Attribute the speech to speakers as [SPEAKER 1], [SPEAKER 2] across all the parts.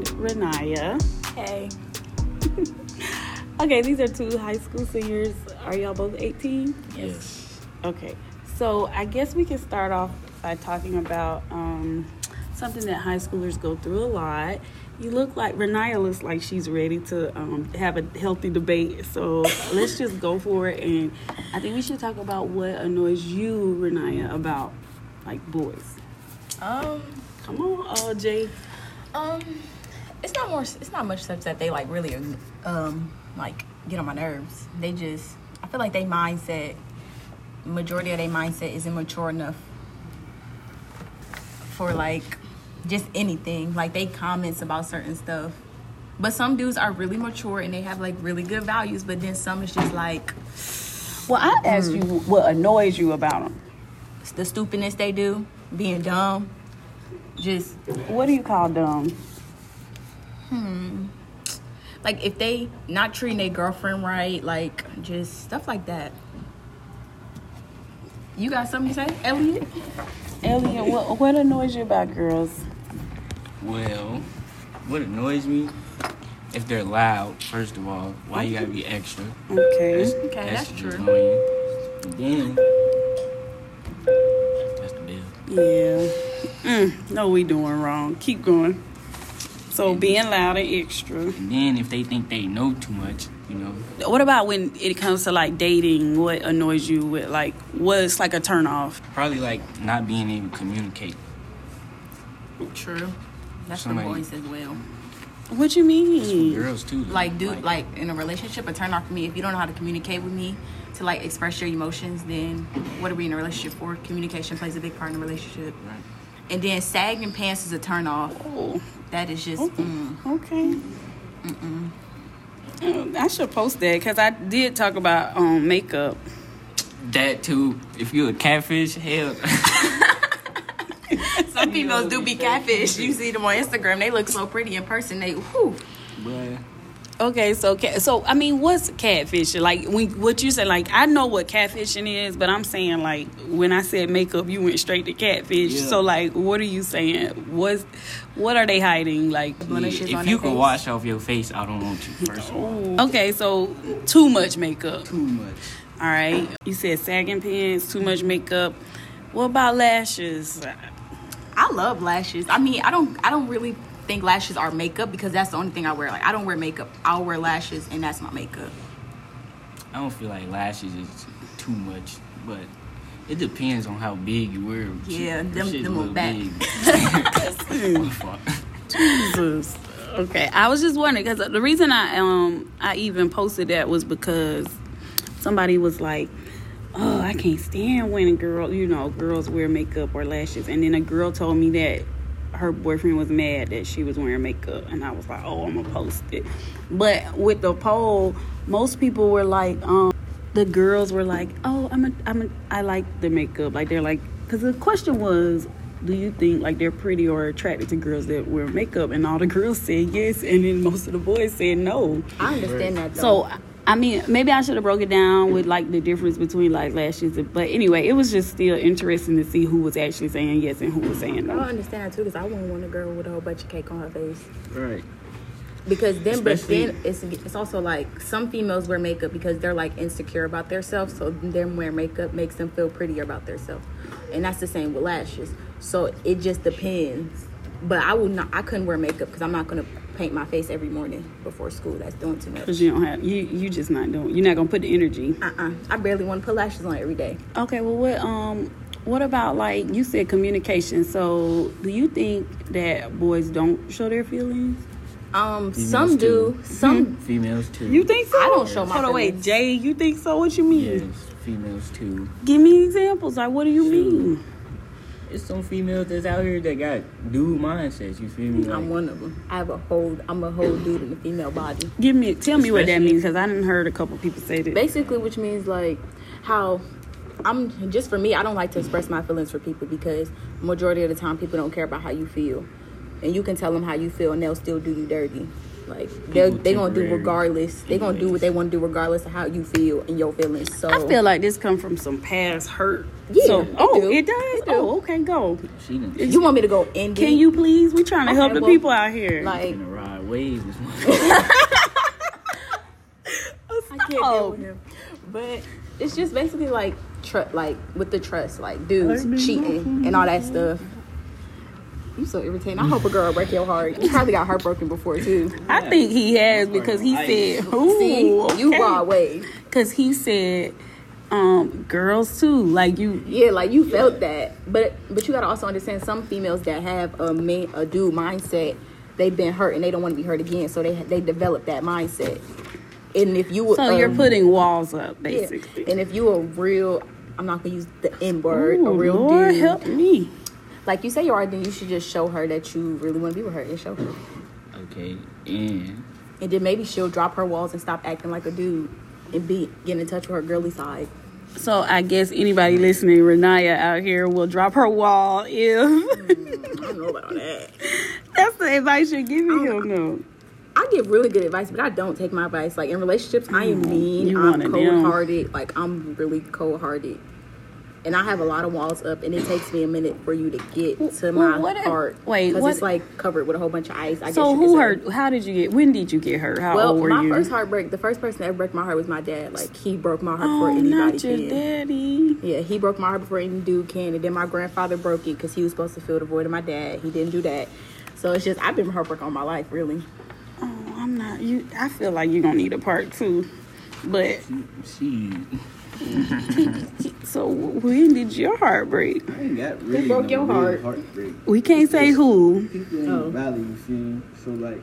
[SPEAKER 1] Lanaya.
[SPEAKER 2] Hey. okay, these are two high school seniors. Are y'all both 18?
[SPEAKER 3] Yes.
[SPEAKER 1] Okay, so I guess we can start off by talking about um, something that high schoolers go through a lot. You look like Renaya looks like she's ready to um, have a healthy debate. So let's just go for it, and I think we should talk about what annoys you, Renaya, about like boys.
[SPEAKER 4] Um,
[SPEAKER 1] Come on, uh, Jay.
[SPEAKER 4] um, it's not more. It's not much such that they like really, um, like get on my nerves. They just. I feel like they mindset. Majority of their mindset isn't mature enough for like just anything. Like they comments about certain stuff. But some dudes are really mature and they have like really good values. But then some is just like
[SPEAKER 1] Well, I asked you what annoys you about them.
[SPEAKER 4] the stupidness they do, being dumb, just
[SPEAKER 1] What do you call dumb?
[SPEAKER 4] like if they not treating their girlfriend right, like just stuff like that. You got something to say, Elliot?
[SPEAKER 1] Elliot, what, what annoys you about girls?
[SPEAKER 3] Well, what annoys me if they're loud. First of all, why you gotta be extra?
[SPEAKER 1] Okay.
[SPEAKER 3] That's,
[SPEAKER 4] Okay, that's
[SPEAKER 3] just
[SPEAKER 4] true.
[SPEAKER 3] Annoying. And then that's the bill.
[SPEAKER 1] Yeah. Mm, no, we doing wrong. Keep going. So being loud and extra.
[SPEAKER 3] And then if they think they know too much, you know,
[SPEAKER 1] What about when it comes to like dating? What annoys you with like what's like a turn off?
[SPEAKER 3] probably like not being able to communicate.
[SPEAKER 4] True. That's
[SPEAKER 3] Somebody-
[SPEAKER 4] the boys as well.
[SPEAKER 1] What you mean?
[SPEAKER 3] Girls too. though.
[SPEAKER 4] Like, dude, like in a relationship, a turn off for me. If you don't know how to communicate with me to like express your emotions, then what are we in a relationship for? Communication plays a big part in the relationship.
[SPEAKER 3] Right.
[SPEAKER 4] And then sagging pants is a turn off.
[SPEAKER 1] Oh,
[SPEAKER 4] That is just. Mm.
[SPEAKER 1] okay. Mm, I should post that because I did talk about um, makeup.
[SPEAKER 3] That too. If you a catfish, hell.
[SPEAKER 4] Some females do be catfish. You see them on Instagram. They look so pretty in person. They whew.
[SPEAKER 3] but
[SPEAKER 1] Okay, so cat, so I mean, what's catfishing? Like when what you said, like I know what catfishing is, but I'm saying like when I said makeup, you went straight to catfish.
[SPEAKER 3] Yeah.
[SPEAKER 1] So like, what are you saying? What's what are they hiding? Like,
[SPEAKER 4] When it's
[SPEAKER 3] yeah,
[SPEAKER 4] just
[SPEAKER 3] if
[SPEAKER 4] on
[SPEAKER 3] you
[SPEAKER 4] their
[SPEAKER 3] can
[SPEAKER 4] face. Oh.
[SPEAKER 3] wash off your face, I don't want you. First of all,
[SPEAKER 1] okay, so too much makeup.
[SPEAKER 3] too much.
[SPEAKER 1] All right, you said sagging pants, too much makeup. What about lashes?
[SPEAKER 4] I love lashes. I mean, I don't I don't really think lashes are makeup because that's the only thing I wear. Like I don't wear makeup. I'll wear lashes and that's my makeup.
[SPEAKER 3] I don't feel like lashes is too much, but it depends on how big you wear. 'em.
[SPEAKER 4] Yeah,
[SPEAKER 3] Shit-
[SPEAKER 4] them-
[SPEAKER 3] shit
[SPEAKER 4] them
[SPEAKER 3] look
[SPEAKER 4] back.
[SPEAKER 3] big. My fault.
[SPEAKER 1] Jesus. Okay, I was just wondering because the reason I um I even posted that was because somebody was like, "Oh, I can't stand when a girl, you know, girls wear makeup or lashes," and then a girl told me that her boyfriend was mad that she was wearing makeup, and I was like, "Oh, I'm gonna post it." But with the poll, most people were like, um, the girls were like, "Oh, I'm a, I'm a, I like the makeup." Like they're like, because the question was, do you think like they're pretty or attracted to girls that wear makeup? And all the girls said yes, and then most of the boys said no.
[SPEAKER 4] I understand that
[SPEAKER 1] So I mean, maybe I should have broke it down with like the difference between like lashes. and- But anyway, it was just still interesting to see who was actually saying yes and who was saying no.
[SPEAKER 4] understand that too because I wouldn't want a girl with a whole bunch of cake on her face.
[SPEAKER 3] Right.
[SPEAKER 4] Because then, but
[SPEAKER 3] Especially-
[SPEAKER 4] then it's it's also like some females wear makeup because they're like insecure about themselves, so them wearing makeup makes them feel prettier about themselves, and that's the same with lashes. So it just depends. But I would not, I couldn't wear makeup because I'm not gonna paint my face every morning before school. That's doing too much.
[SPEAKER 1] Cause you don't have you you just not doing you're not gonna put the energy.
[SPEAKER 4] Uh-uh. I barely want to put lashes on every day.
[SPEAKER 1] Okay, well, what um, what about like you said communication? So, do you think that boys don't show their feelings?
[SPEAKER 4] Um,
[SPEAKER 3] Females
[SPEAKER 4] some
[SPEAKER 3] too.
[SPEAKER 4] do. Some
[SPEAKER 3] Females too.
[SPEAKER 1] You think so?
[SPEAKER 4] I don't show my
[SPEAKER 1] Hold on, wait,
[SPEAKER 4] feelings.
[SPEAKER 1] Jay, you think so? What you mean?
[SPEAKER 3] Yes, females too.
[SPEAKER 1] Give me examples. Like, what do you mean?
[SPEAKER 3] It's some females that's out here that got dude mindsets. You feel
[SPEAKER 1] Mm-hmm.
[SPEAKER 3] me?
[SPEAKER 4] I'm
[SPEAKER 3] Like,
[SPEAKER 4] one of them. I have a whole. I'm a whole dude in the female body.
[SPEAKER 1] Give me, tell me what that
[SPEAKER 3] Especially-
[SPEAKER 1] means, cause I didn't heard a couple people say that.
[SPEAKER 4] basically which means like how i'm just for me i don't like to express my feelings for people because majority of the time people don't care about how you feel and you can tell them how you feel and they'll still do you dirty like they're
[SPEAKER 3] People
[SPEAKER 4] they gonna do
[SPEAKER 3] temporary
[SPEAKER 4] regardless they gonna do
[SPEAKER 3] anyways.
[SPEAKER 4] what they want to do regardless of how you feel and your feelings so
[SPEAKER 1] I feel like this come from some past hurt.
[SPEAKER 4] Yeah,
[SPEAKER 1] So,
[SPEAKER 4] it
[SPEAKER 1] oh,
[SPEAKER 4] do.
[SPEAKER 1] it does.
[SPEAKER 4] It do.
[SPEAKER 1] oh, okay, go.
[SPEAKER 3] she done
[SPEAKER 4] you want me to go in
[SPEAKER 1] Can you please? We trying to
[SPEAKER 4] Okay,
[SPEAKER 1] help the
[SPEAKER 4] well,
[SPEAKER 1] people out here.
[SPEAKER 4] like
[SPEAKER 3] been a ride wave was one.
[SPEAKER 4] I can't deal with him. But it's just basically like tr- like with the trust, like dudes cheating and all that stuff. You so irritating. I hope a girl break your heart. You probably got heartbroken before too.
[SPEAKER 1] I think he has because he said, "Ooh,
[SPEAKER 4] See, you
[SPEAKER 1] okay."
[SPEAKER 4] raw wave.
[SPEAKER 1] Cause he said, um, girls too. Like you,
[SPEAKER 4] Yeah, like you felt that, but but you gotta also understand some females that have a man a dude mindset, they've been hurt and they don't want to be hurt again, so they they develop that mindset. And if you
[SPEAKER 1] so you're
[SPEAKER 4] um,
[SPEAKER 1] putting walls up,
[SPEAKER 4] yeah.
[SPEAKER 1] basically.
[SPEAKER 4] and if you a real, I'm not gonna use the N word, a
[SPEAKER 1] Ooh,
[SPEAKER 4] real
[SPEAKER 1] Lord
[SPEAKER 4] dude,
[SPEAKER 1] help me.
[SPEAKER 4] like you say you are, then you should just show her that you really want to be with her and show her.
[SPEAKER 3] Okay, and
[SPEAKER 4] And then maybe she'll drop her walls and stop acting like a dude and be get in touch with her girly side.
[SPEAKER 1] So I guess anybody listening, Renaya out here will drop her wall if
[SPEAKER 4] I don't know about that.
[SPEAKER 1] that's the advice you're giving him. No,
[SPEAKER 4] I give really good advice, but I don't take my advice. Like in relationships, I am mean,
[SPEAKER 1] you
[SPEAKER 4] I'm
[SPEAKER 1] one of them.
[SPEAKER 4] cold hearted, like I'm really cold hearted. And I have a lot of walls up, and it takes me a minute for you to get to
[SPEAKER 1] Well,
[SPEAKER 4] my
[SPEAKER 1] what if-
[SPEAKER 4] heart.
[SPEAKER 1] wait,
[SPEAKER 4] because
[SPEAKER 1] what-
[SPEAKER 4] it's like covered with a whole bunch of ice. I guess
[SPEAKER 1] so
[SPEAKER 4] you could
[SPEAKER 1] who
[SPEAKER 4] say.
[SPEAKER 1] hurt? How did you get? When did you get hurt? How
[SPEAKER 4] Well,
[SPEAKER 1] old were
[SPEAKER 4] my
[SPEAKER 1] you?
[SPEAKER 4] first heartbreak, the first person that ever broke my heart was my dad. Like he broke my heart before
[SPEAKER 1] oh,
[SPEAKER 4] anybody
[SPEAKER 1] not your
[SPEAKER 4] can.
[SPEAKER 1] daddy.
[SPEAKER 4] Yeah, he broke my heart before any dude can, and then my grandfather broke it because he was supposed to fill the void of my dad. He didn't do that, so it's just I've been heartbroken all my life, really.
[SPEAKER 1] Oh, I'm not. You. I feel like you're gonna need a part two. But
[SPEAKER 3] she
[SPEAKER 1] so when did your heart break?
[SPEAKER 5] I ain't got really
[SPEAKER 4] broke
[SPEAKER 5] no
[SPEAKER 4] your
[SPEAKER 5] real
[SPEAKER 4] heart.
[SPEAKER 5] heartbreak.
[SPEAKER 1] We can't say who.
[SPEAKER 5] People ain't
[SPEAKER 4] Oh.
[SPEAKER 5] valid, you feel me? So like,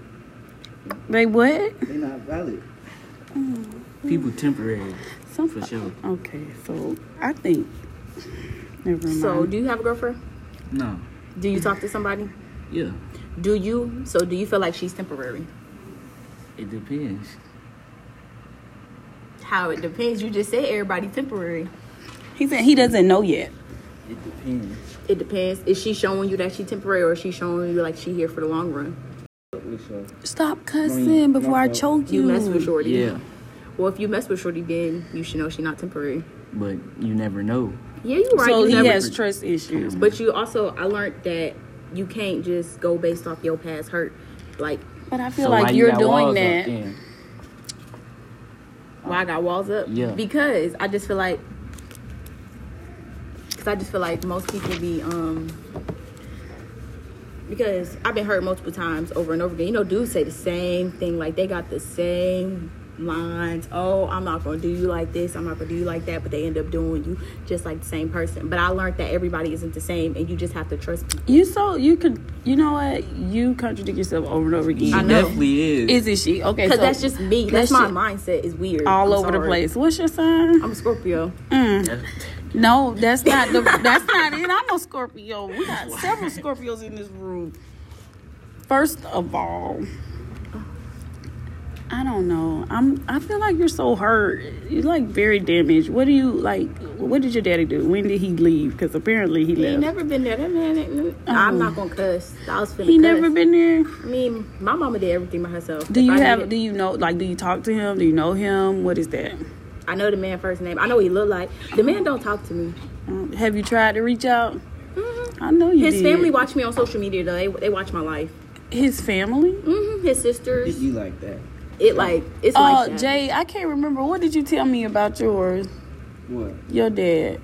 [SPEAKER 1] They what?
[SPEAKER 5] they not valid.
[SPEAKER 4] Mm.
[SPEAKER 3] people temporary
[SPEAKER 1] Some
[SPEAKER 3] for sure.
[SPEAKER 1] Okay, so I think. Never mind.
[SPEAKER 4] So, do you have a girlfriend?
[SPEAKER 3] No,
[SPEAKER 4] Do you talk to somebody?
[SPEAKER 3] yeah,
[SPEAKER 4] Do you? So, do you feel like she's temporary?
[SPEAKER 3] it depends.
[SPEAKER 4] How it depends. You just said everybody temporary.
[SPEAKER 1] he said he doesn't know yet.
[SPEAKER 3] It depends.
[SPEAKER 4] It depends. Is she showing you that she temporary, or is she showing you like she here for the long run?
[SPEAKER 5] So,
[SPEAKER 1] Stop
[SPEAKER 5] No,
[SPEAKER 1] cussing
[SPEAKER 5] no,
[SPEAKER 1] before I
[SPEAKER 5] no.
[SPEAKER 1] choke
[SPEAKER 4] You
[SPEAKER 1] you.
[SPEAKER 4] mess with shorty.
[SPEAKER 3] Yeah,
[SPEAKER 4] Well, if you mess with shorty, then you should know she's not temporary.
[SPEAKER 3] but you never know.
[SPEAKER 4] Yeah, you're right.
[SPEAKER 1] So
[SPEAKER 4] you
[SPEAKER 1] he
[SPEAKER 4] never-
[SPEAKER 1] has trust issues.
[SPEAKER 4] But you also, I learned that you can't just go based off your past hurt. Like,
[SPEAKER 1] But I feel
[SPEAKER 3] So why
[SPEAKER 1] like
[SPEAKER 3] you
[SPEAKER 1] you're
[SPEAKER 3] got
[SPEAKER 1] doing
[SPEAKER 3] walls up
[SPEAKER 1] that.
[SPEAKER 3] then?
[SPEAKER 4] why I got walls up?
[SPEAKER 3] Yeah.
[SPEAKER 4] Because I just feel like, because I just feel like most people be, um, because I've been hurt multiple times over and over again. You know, dudes say the same thing. Like, they got the same lines. Oh, I'm not going to do you like this. I'm not going to do you like that. But they end up doing you just like the same person. But I learned that everybody isn't the same and you just have to trust people.
[SPEAKER 1] You so you could you know what you contradict yourself over and over
[SPEAKER 3] She
[SPEAKER 1] again.
[SPEAKER 4] I know.
[SPEAKER 3] definitely is.
[SPEAKER 1] Is it she? Okay,
[SPEAKER 4] Because
[SPEAKER 1] so
[SPEAKER 4] that's just me. That's
[SPEAKER 1] that
[SPEAKER 4] my
[SPEAKER 1] shit
[SPEAKER 4] mindset is weird.
[SPEAKER 1] all
[SPEAKER 4] I'm
[SPEAKER 1] over the
[SPEAKER 4] sorry.
[SPEAKER 1] place. What's your sign?
[SPEAKER 4] I'm a Scorpio.
[SPEAKER 1] No, that's not the, that's not it. I'm a Scorpio. We got several Scorpios in this room. First of all, I don't know. I'm I feel like you're so hurt. You're like very damaged. What do you like? What did your daddy do? When did he leave? Because apparently he
[SPEAKER 4] He ain't
[SPEAKER 1] left.
[SPEAKER 4] never been there. That man ain't, I'm not gonna cuss. I was finna
[SPEAKER 1] he
[SPEAKER 4] cuss.
[SPEAKER 1] never been there.
[SPEAKER 4] I mean, my mama did everything by herself.
[SPEAKER 1] Do
[SPEAKER 4] If
[SPEAKER 1] you
[SPEAKER 4] I
[SPEAKER 1] have?
[SPEAKER 4] needed-
[SPEAKER 1] Do you know? Like, do you talk to him? Do you know him? What is that?
[SPEAKER 4] I know the man first name. I know what he look like. The man don't talk to me.
[SPEAKER 1] Um, Have you tried to reach out?
[SPEAKER 4] Mm-hmm.
[SPEAKER 1] I know you.
[SPEAKER 4] His
[SPEAKER 1] did.
[SPEAKER 4] family watch me on social media though. They, they watch my life.
[SPEAKER 1] His family.
[SPEAKER 4] hmm His
[SPEAKER 5] did
[SPEAKER 4] sisters.
[SPEAKER 5] you like that?
[SPEAKER 4] It like it's
[SPEAKER 1] Oh,
[SPEAKER 4] like that.
[SPEAKER 1] Jay, I can't remember. What did you tell me about yours?
[SPEAKER 5] What?
[SPEAKER 1] Your dad.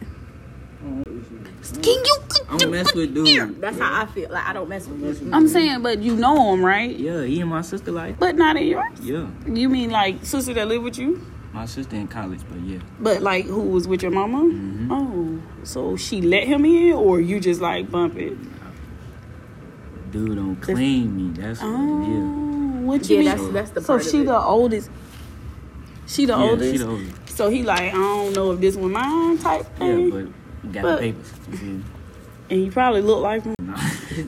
[SPEAKER 5] Oh, it was like,
[SPEAKER 1] Can you?
[SPEAKER 3] I don't mess with dude.
[SPEAKER 4] That's how I feel. Like I don't mess with him.
[SPEAKER 1] I'm saying, but you know him, right?
[SPEAKER 3] Yeah, he and my sister like.
[SPEAKER 1] But not in yours.
[SPEAKER 3] Yeah,
[SPEAKER 1] You mean like sister that live with you,
[SPEAKER 3] my sister in college, but yeah,
[SPEAKER 1] but like who was with your mama? Oh, so she let him in, or you just like bump it?
[SPEAKER 3] dude don't claim me. That's what it is.
[SPEAKER 1] Oh, what you
[SPEAKER 4] Yeah,
[SPEAKER 1] mean?
[SPEAKER 4] that's that's the
[SPEAKER 1] So
[SPEAKER 4] part.
[SPEAKER 1] she
[SPEAKER 4] of it.
[SPEAKER 1] the oldest. She Oh. the
[SPEAKER 3] Yeah,
[SPEAKER 1] oldest.
[SPEAKER 3] she the oldest.
[SPEAKER 1] So he like, I don't know if this one mine type
[SPEAKER 3] Yeah,
[SPEAKER 1] thing.
[SPEAKER 3] but we got
[SPEAKER 1] Oh. But-
[SPEAKER 3] the papers. You feel me?
[SPEAKER 1] and he probably look like him.
[SPEAKER 3] Nah.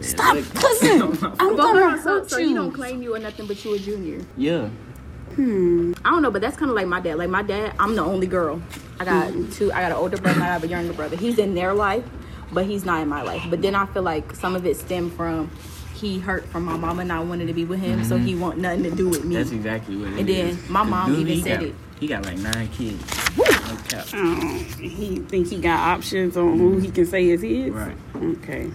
[SPEAKER 1] Stop cussing. I'm
[SPEAKER 4] But hold
[SPEAKER 1] gonna
[SPEAKER 4] on, so,
[SPEAKER 1] hurt
[SPEAKER 4] so
[SPEAKER 1] you.
[SPEAKER 4] he don't claim you or nothing, but you a junior.
[SPEAKER 3] yeah,
[SPEAKER 4] I don't know, but that's kind of like my dad. Like my dad, I'm the only girl. I got two. I got an older brother. and I have a younger brother. He's in their life, but he's not in my life. But then I feel like some of it stemmed from he hurt from my mama not wanting to be with him, so he want nothing to do with me.
[SPEAKER 3] that's exactly what it is.
[SPEAKER 4] And then my
[SPEAKER 3] 'Cause
[SPEAKER 4] mom even
[SPEAKER 3] he
[SPEAKER 4] said
[SPEAKER 3] got,
[SPEAKER 4] it.
[SPEAKER 3] He got like nine kids. No cap.
[SPEAKER 1] Um, Oh, he think he got options on who he can say is his.
[SPEAKER 3] Right.
[SPEAKER 1] Okay.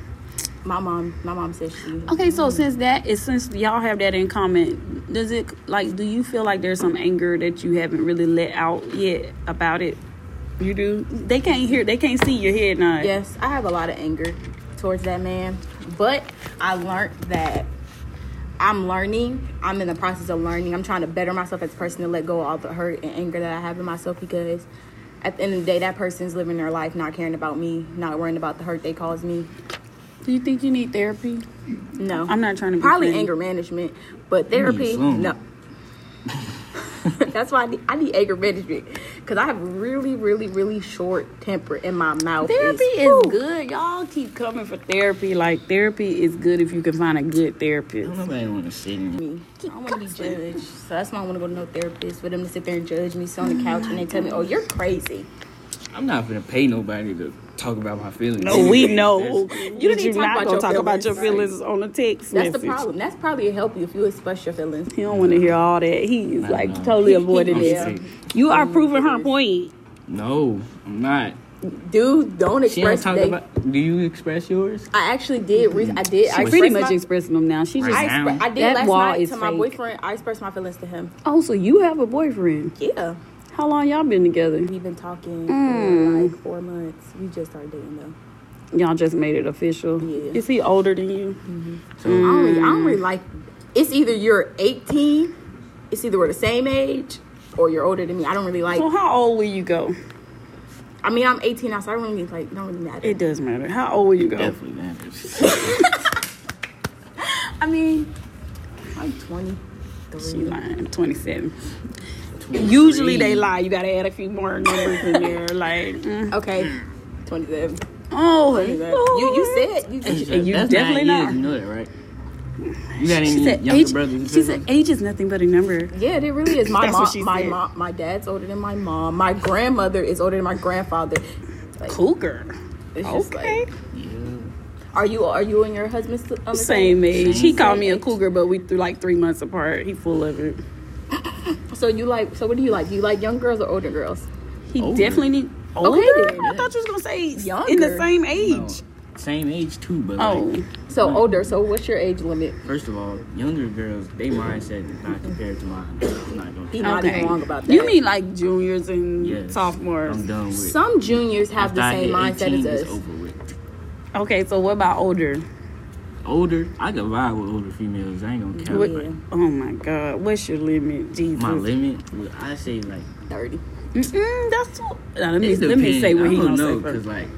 [SPEAKER 4] My mom, my mom says she.
[SPEAKER 1] Okay, so since that is since y'all have that in common, does it like do you feel like there's some anger that you haven't really let out yet about it? You do. They can't hear. They can't see your head nod.
[SPEAKER 4] Yes, I have a lot of anger towards that man, but I learned that I'm learning. I'm in the process of learning. I'm trying to better myself as a person to let go of all the hurt and anger that I have in myself because at the end of the day, that person's living their life, not caring about me, not worrying about the hurt they caused me.
[SPEAKER 1] Do you think you need therapy?
[SPEAKER 4] No,
[SPEAKER 1] I'm not trying to be
[SPEAKER 4] probably
[SPEAKER 1] funny.
[SPEAKER 4] anger management, but therapy,
[SPEAKER 3] some.
[SPEAKER 4] no. That's why I need, I need anger management because I have really, really, really short temper in my mouth. is-
[SPEAKER 1] Therapy
[SPEAKER 4] Whew.
[SPEAKER 1] is good. Y'all keep coming for therapy. Like therapy is good if you can find a good
[SPEAKER 3] Don't
[SPEAKER 1] therapist.
[SPEAKER 3] nobody want to sit in
[SPEAKER 4] me. I don't want to be judged. So that's why I want to go to no therapist for them to sit there and judge me, sit on the couch, and they tell me, "Oh, you're crazy."
[SPEAKER 3] I'm not gonna pay nobody to talk about my feelings.
[SPEAKER 1] No, we know.
[SPEAKER 3] That's-
[SPEAKER 1] You
[SPEAKER 4] need to
[SPEAKER 1] you're
[SPEAKER 4] talk
[SPEAKER 1] not
[SPEAKER 4] about
[SPEAKER 1] gonna
[SPEAKER 4] your
[SPEAKER 1] talk about
[SPEAKER 4] feelings.
[SPEAKER 1] your feelings on a text
[SPEAKER 4] That's
[SPEAKER 1] message.
[SPEAKER 4] the problem. That's probably help you if you express your feelings.
[SPEAKER 1] He don't want to hear all that. He is
[SPEAKER 3] I
[SPEAKER 1] like
[SPEAKER 3] know.
[SPEAKER 1] totally avoiding
[SPEAKER 3] I'm
[SPEAKER 1] it.
[SPEAKER 3] sick.
[SPEAKER 1] You are proving her point.
[SPEAKER 3] No, I'm not.
[SPEAKER 4] Dude, don't
[SPEAKER 3] She don't
[SPEAKER 4] express.
[SPEAKER 3] talk
[SPEAKER 4] They,
[SPEAKER 3] about. Do you express yours?
[SPEAKER 4] I actually did. Re- I did. I
[SPEAKER 1] She's pretty
[SPEAKER 4] expressed
[SPEAKER 1] much
[SPEAKER 4] my-
[SPEAKER 1] expressing them now. She just
[SPEAKER 4] I,
[SPEAKER 3] Right.
[SPEAKER 4] expre- I did
[SPEAKER 1] That
[SPEAKER 4] last
[SPEAKER 1] wall
[SPEAKER 4] night
[SPEAKER 1] is
[SPEAKER 4] to my
[SPEAKER 1] fake.
[SPEAKER 4] boyfriend. I expressed my feelings to him.
[SPEAKER 1] oh, so you have a boyfriend?
[SPEAKER 4] Yeah,
[SPEAKER 1] How long y'all been together?
[SPEAKER 4] we've been talking
[SPEAKER 1] Mm.
[SPEAKER 4] for like four months. We just started dating though.
[SPEAKER 1] Y'all just made it official.
[SPEAKER 4] Yeah.
[SPEAKER 1] Is he older than you?
[SPEAKER 3] So
[SPEAKER 4] I,
[SPEAKER 1] Mm.
[SPEAKER 4] don't really, I don't really like. It's either you're 18, it's either we're the same age, or you're older than me. I don't really like.
[SPEAKER 1] So how old will you go?
[SPEAKER 4] I mean, I'm 18 now, so I don't really like. Don't really matter.
[SPEAKER 1] It does matter. How old will you go?
[SPEAKER 3] definitely matters.
[SPEAKER 4] I mean, I'm 23.
[SPEAKER 1] She lying. Twenty seven. Usually they
[SPEAKER 3] 23.
[SPEAKER 1] lie. You gotta add a few more numbers in there. Like, mm.
[SPEAKER 4] Okay, 27.
[SPEAKER 1] oh,
[SPEAKER 4] You you said you said
[SPEAKER 1] And you
[SPEAKER 3] That's
[SPEAKER 1] definitely
[SPEAKER 3] nine years,
[SPEAKER 1] not.
[SPEAKER 3] You know that, right? You got
[SPEAKER 1] She
[SPEAKER 3] any
[SPEAKER 1] said,
[SPEAKER 3] younger
[SPEAKER 1] age,
[SPEAKER 3] brothers? and
[SPEAKER 1] she said
[SPEAKER 3] sisters?
[SPEAKER 1] age is nothing but a number.
[SPEAKER 4] yeah, it really is. My
[SPEAKER 1] That's what
[SPEAKER 4] mom,
[SPEAKER 1] she
[SPEAKER 4] my
[SPEAKER 1] said.
[SPEAKER 4] mom, my dad's older than my mom. My grandmother is older than my grandfather. Like,
[SPEAKER 1] Cougar.
[SPEAKER 4] It's just
[SPEAKER 1] Okay.
[SPEAKER 4] like, are you are you and your husband's um, the
[SPEAKER 1] Same age. He
[SPEAKER 3] Same
[SPEAKER 1] called me a
[SPEAKER 4] age.
[SPEAKER 1] cougar, but we threw like three months apart. He full of it.
[SPEAKER 4] So you like? So what do you like? Do you like young girls or older girls?
[SPEAKER 1] He
[SPEAKER 3] Oh. Older.
[SPEAKER 1] definitely need older.
[SPEAKER 4] Okay,
[SPEAKER 1] I
[SPEAKER 4] then.
[SPEAKER 1] thought you was gonna say Younger. in the
[SPEAKER 4] Younger.
[SPEAKER 1] same
[SPEAKER 3] No,
[SPEAKER 1] age.
[SPEAKER 3] same age too, but like,
[SPEAKER 1] Oh,
[SPEAKER 4] So
[SPEAKER 3] Right.
[SPEAKER 4] older. So what's your age limit?
[SPEAKER 3] First of all, younger girls, they mindset is not compared to mine. I'm not gonna.
[SPEAKER 4] He not
[SPEAKER 1] okay.
[SPEAKER 4] even wrong about that.
[SPEAKER 1] You mean like juniors and
[SPEAKER 3] Yes,
[SPEAKER 1] sophomores?
[SPEAKER 3] I'm done with.
[SPEAKER 4] some juniors have
[SPEAKER 3] After
[SPEAKER 4] the
[SPEAKER 3] I
[SPEAKER 4] same
[SPEAKER 3] hit
[SPEAKER 4] mindset
[SPEAKER 3] 18,
[SPEAKER 4] as
[SPEAKER 3] it's
[SPEAKER 4] us?
[SPEAKER 3] Over with.
[SPEAKER 1] Okay, so what about older?
[SPEAKER 3] Older, I can vibe with older females. I ain't gonna count.
[SPEAKER 1] What-
[SPEAKER 3] like,
[SPEAKER 1] oh my God, what's your limit, Jesus?
[SPEAKER 3] my limit, well, I say like.
[SPEAKER 4] Thirty.
[SPEAKER 1] Mm-mm, that's too. Now, let me
[SPEAKER 3] it
[SPEAKER 1] let me
[SPEAKER 3] depends.
[SPEAKER 1] say what
[SPEAKER 3] I
[SPEAKER 1] he
[SPEAKER 3] don't
[SPEAKER 1] gonna
[SPEAKER 3] know,
[SPEAKER 1] say first.
[SPEAKER 3] Cause like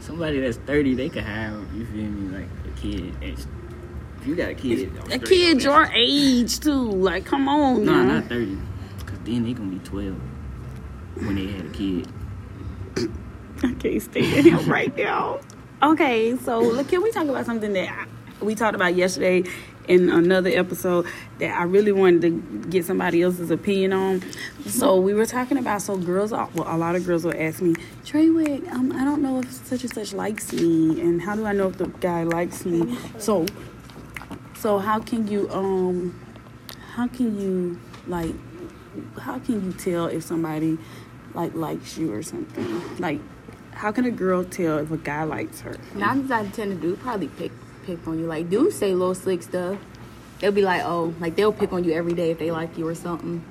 [SPEAKER 3] somebody that's thirty, they could have you feel me like a kid. And if you got a kid, I'm
[SPEAKER 1] A
[SPEAKER 3] straight
[SPEAKER 1] kid
[SPEAKER 3] on
[SPEAKER 1] your
[SPEAKER 3] that.
[SPEAKER 1] age too. Like, come on,
[SPEAKER 3] No,
[SPEAKER 1] now.
[SPEAKER 3] not thirty. Cause then they gonna be twelve when they had a kid.
[SPEAKER 1] I can't stand him right now. Okay, so look, can we talk about something that I- we talked about yesterday in another episode that I really wanted to get somebody else's opinion on? So we were talking about so girls, are- well, a lot of girls will ask me, Treywig, um, I don't know if such and such likes me, and how do I know if the guy likes me? So, so how can you um, how can you like how can you tell if somebody like likes you or something like how can a girl tell if a guy likes her
[SPEAKER 4] Nine out of ten, the dude probably pick pick on you. Like dudes say little slick stuff. They'll be like, oh, like they'll pick on you every day if they like you or something.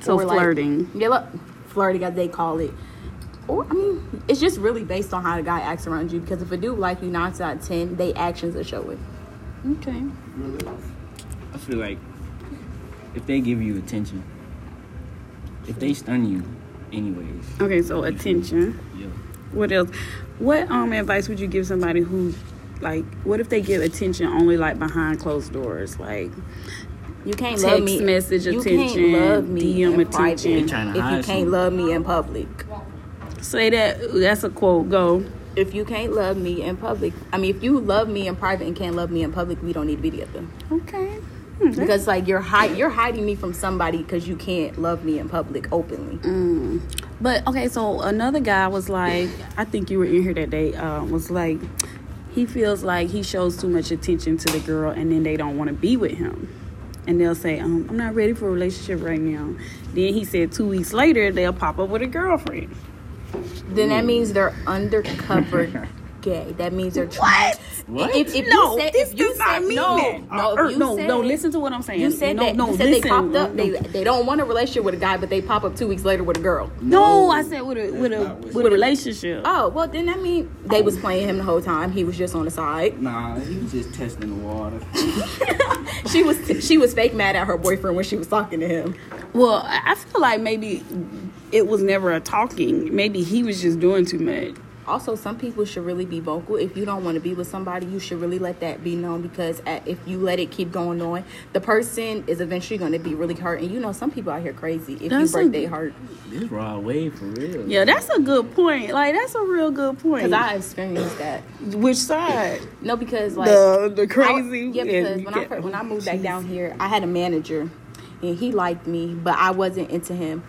[SPEAKER 1] So
[SPEAKER 4] Or, like-
[SPEAKER 1] flirting.
[SPEAKER 4] yeah, look, flirting as they call it. Or I mean, it's just really based on how the guy acts around you. Because if a dude like you nine out of ten, they actions will show it.
[SPEAKER 1] okay
[SPEAKER 3] I feel like if they give you attention, if they stun you, anyways,
[SPEAKER 1] okay so Oh, attention
[SPEAKER 3] yo,
[SPEAKER 1] what else what um advice would you give somebody who like what if they give attention only like behind closed doors like
[SPEAKER 4] You can't
[SPEAKER 1] Text
[SPEAKER 4] love me.
[SPEAKER 1] message
[SPEAKER 4] you
[SPEAKER 1] attention,
[SPEAKER 4] can't love me
[SPEAKER 1] DM
[SPEAKER 4] in private
[SPEAKER 1] attention.
[SPEAKER 3] They tryna
[SPEAKER 4] if you
[SPEAKER 3] hide
[SPEAKER 4] can't
[SPEAKER 3] something.
[SPEAKER 4] love me in public.
[SPEAKER 1] say that that's a quote go
[SPEAKER 4] If you can't love me in public, I mean, if you love me in private and can't love me in public, we don't need to be together.
[SPEAKER 1] okay Mm-hmm.
[SPEAKER 4] because like you're hide you're hiding me from somebody because you can't love me in public openly.
[SPEAKER 1] But okay, so another guy was like, I think you were in here that day, um, was like, he feels like he shows too much attention to the girl and then they don't want to be with him. And they'll say, um, I'm not ready for a relationship right now. Then he said two weeks later, they'll pop up with a girlfriend.
[SPEAKER 4] Then that means they're undercover gay. That means they're trying.
[SPEAKER 3] What?
[SPEAKER 4] If, if
[SPEAKER 1] No,
[SPEAKER 4] you said,
[SPEAKER 1] this
[SPEAKER 4] if you
[SPEAKER 1] does
[SPEAKER 4] said,
[SPEAKER 1] not mean
[SPEAKER 4] no,
[SPEAKER 1] that.
[SPEAKER 4] no,
[SPEAKER 1] Uh,
[SPEAKER 4] if you
[SPEAKER 1] no,
[SPEAKER 4] said,
[SPEAKER 1] no, listen to what I'm saying.
[SPEAKER 4] You said
[SPEAKER 1] no,
[SPEAKER 4] that.
[SPEAKER 1] No,
[SPEAKER 4] you said
[SPEAKER 1] listen.
[SPEAKER 4] they popped
[SPEAKER 1] No,
[SPEAKER 4] up. They
[SPEAKER 1] no.
[SPEAKER 4] they don't want a relationship with a guy, but they pop up two weeks later with a girl.
[SPEAKER 1] No, I said with a with a
[SPEAKER 5] not what-
[SPEAKER 1] with a relationship.
[SPEAKER 4] Oh well, then that mean they was playing him the whole time. He was just on the side.
[SPEAKER 3] Nah, he was just testing the water.
[SPEAKER 4] She was she was fake mad at her boyfriend when she was talking to him.
[SPEAKER 1] Well, I I feel like maybe it was never a talking. Maybe he was just doing too much.
[SPEAKER 4] Also, some people should really be vocal. If you don't want to be with somebody, you should really let that be known because at, if you let it keep going on, the person is eventually going to be really hurt. And you know, some people out here crazy. If
[SPEAKER 1] That's
[SPEAKER 4] you break
[SPEAKER 1] a-
[SPEAKER 4] their heart,
[SPEAKER 3] this raw wave for real.
[SPEAKER 1] Yeah, that's a good point. Like that's a real good point.
[SPEAKER 4] because I experienced that.
[SPEAKER 1] Which side?
[SPEAKER 4] No, because like
[SPEAKER 1] the the crazy.
[SPEAKER 4] I- yeah,
[SPEAKER 1] and
[SPEAKER 4] because
[SPEAKER 1] you
[SPEAKER 4] when I
[SPEAKER 1] get-
[SPEAKER 4] fir- when I moved back down here, I had a manager, and he liked me, but I wasn't into him.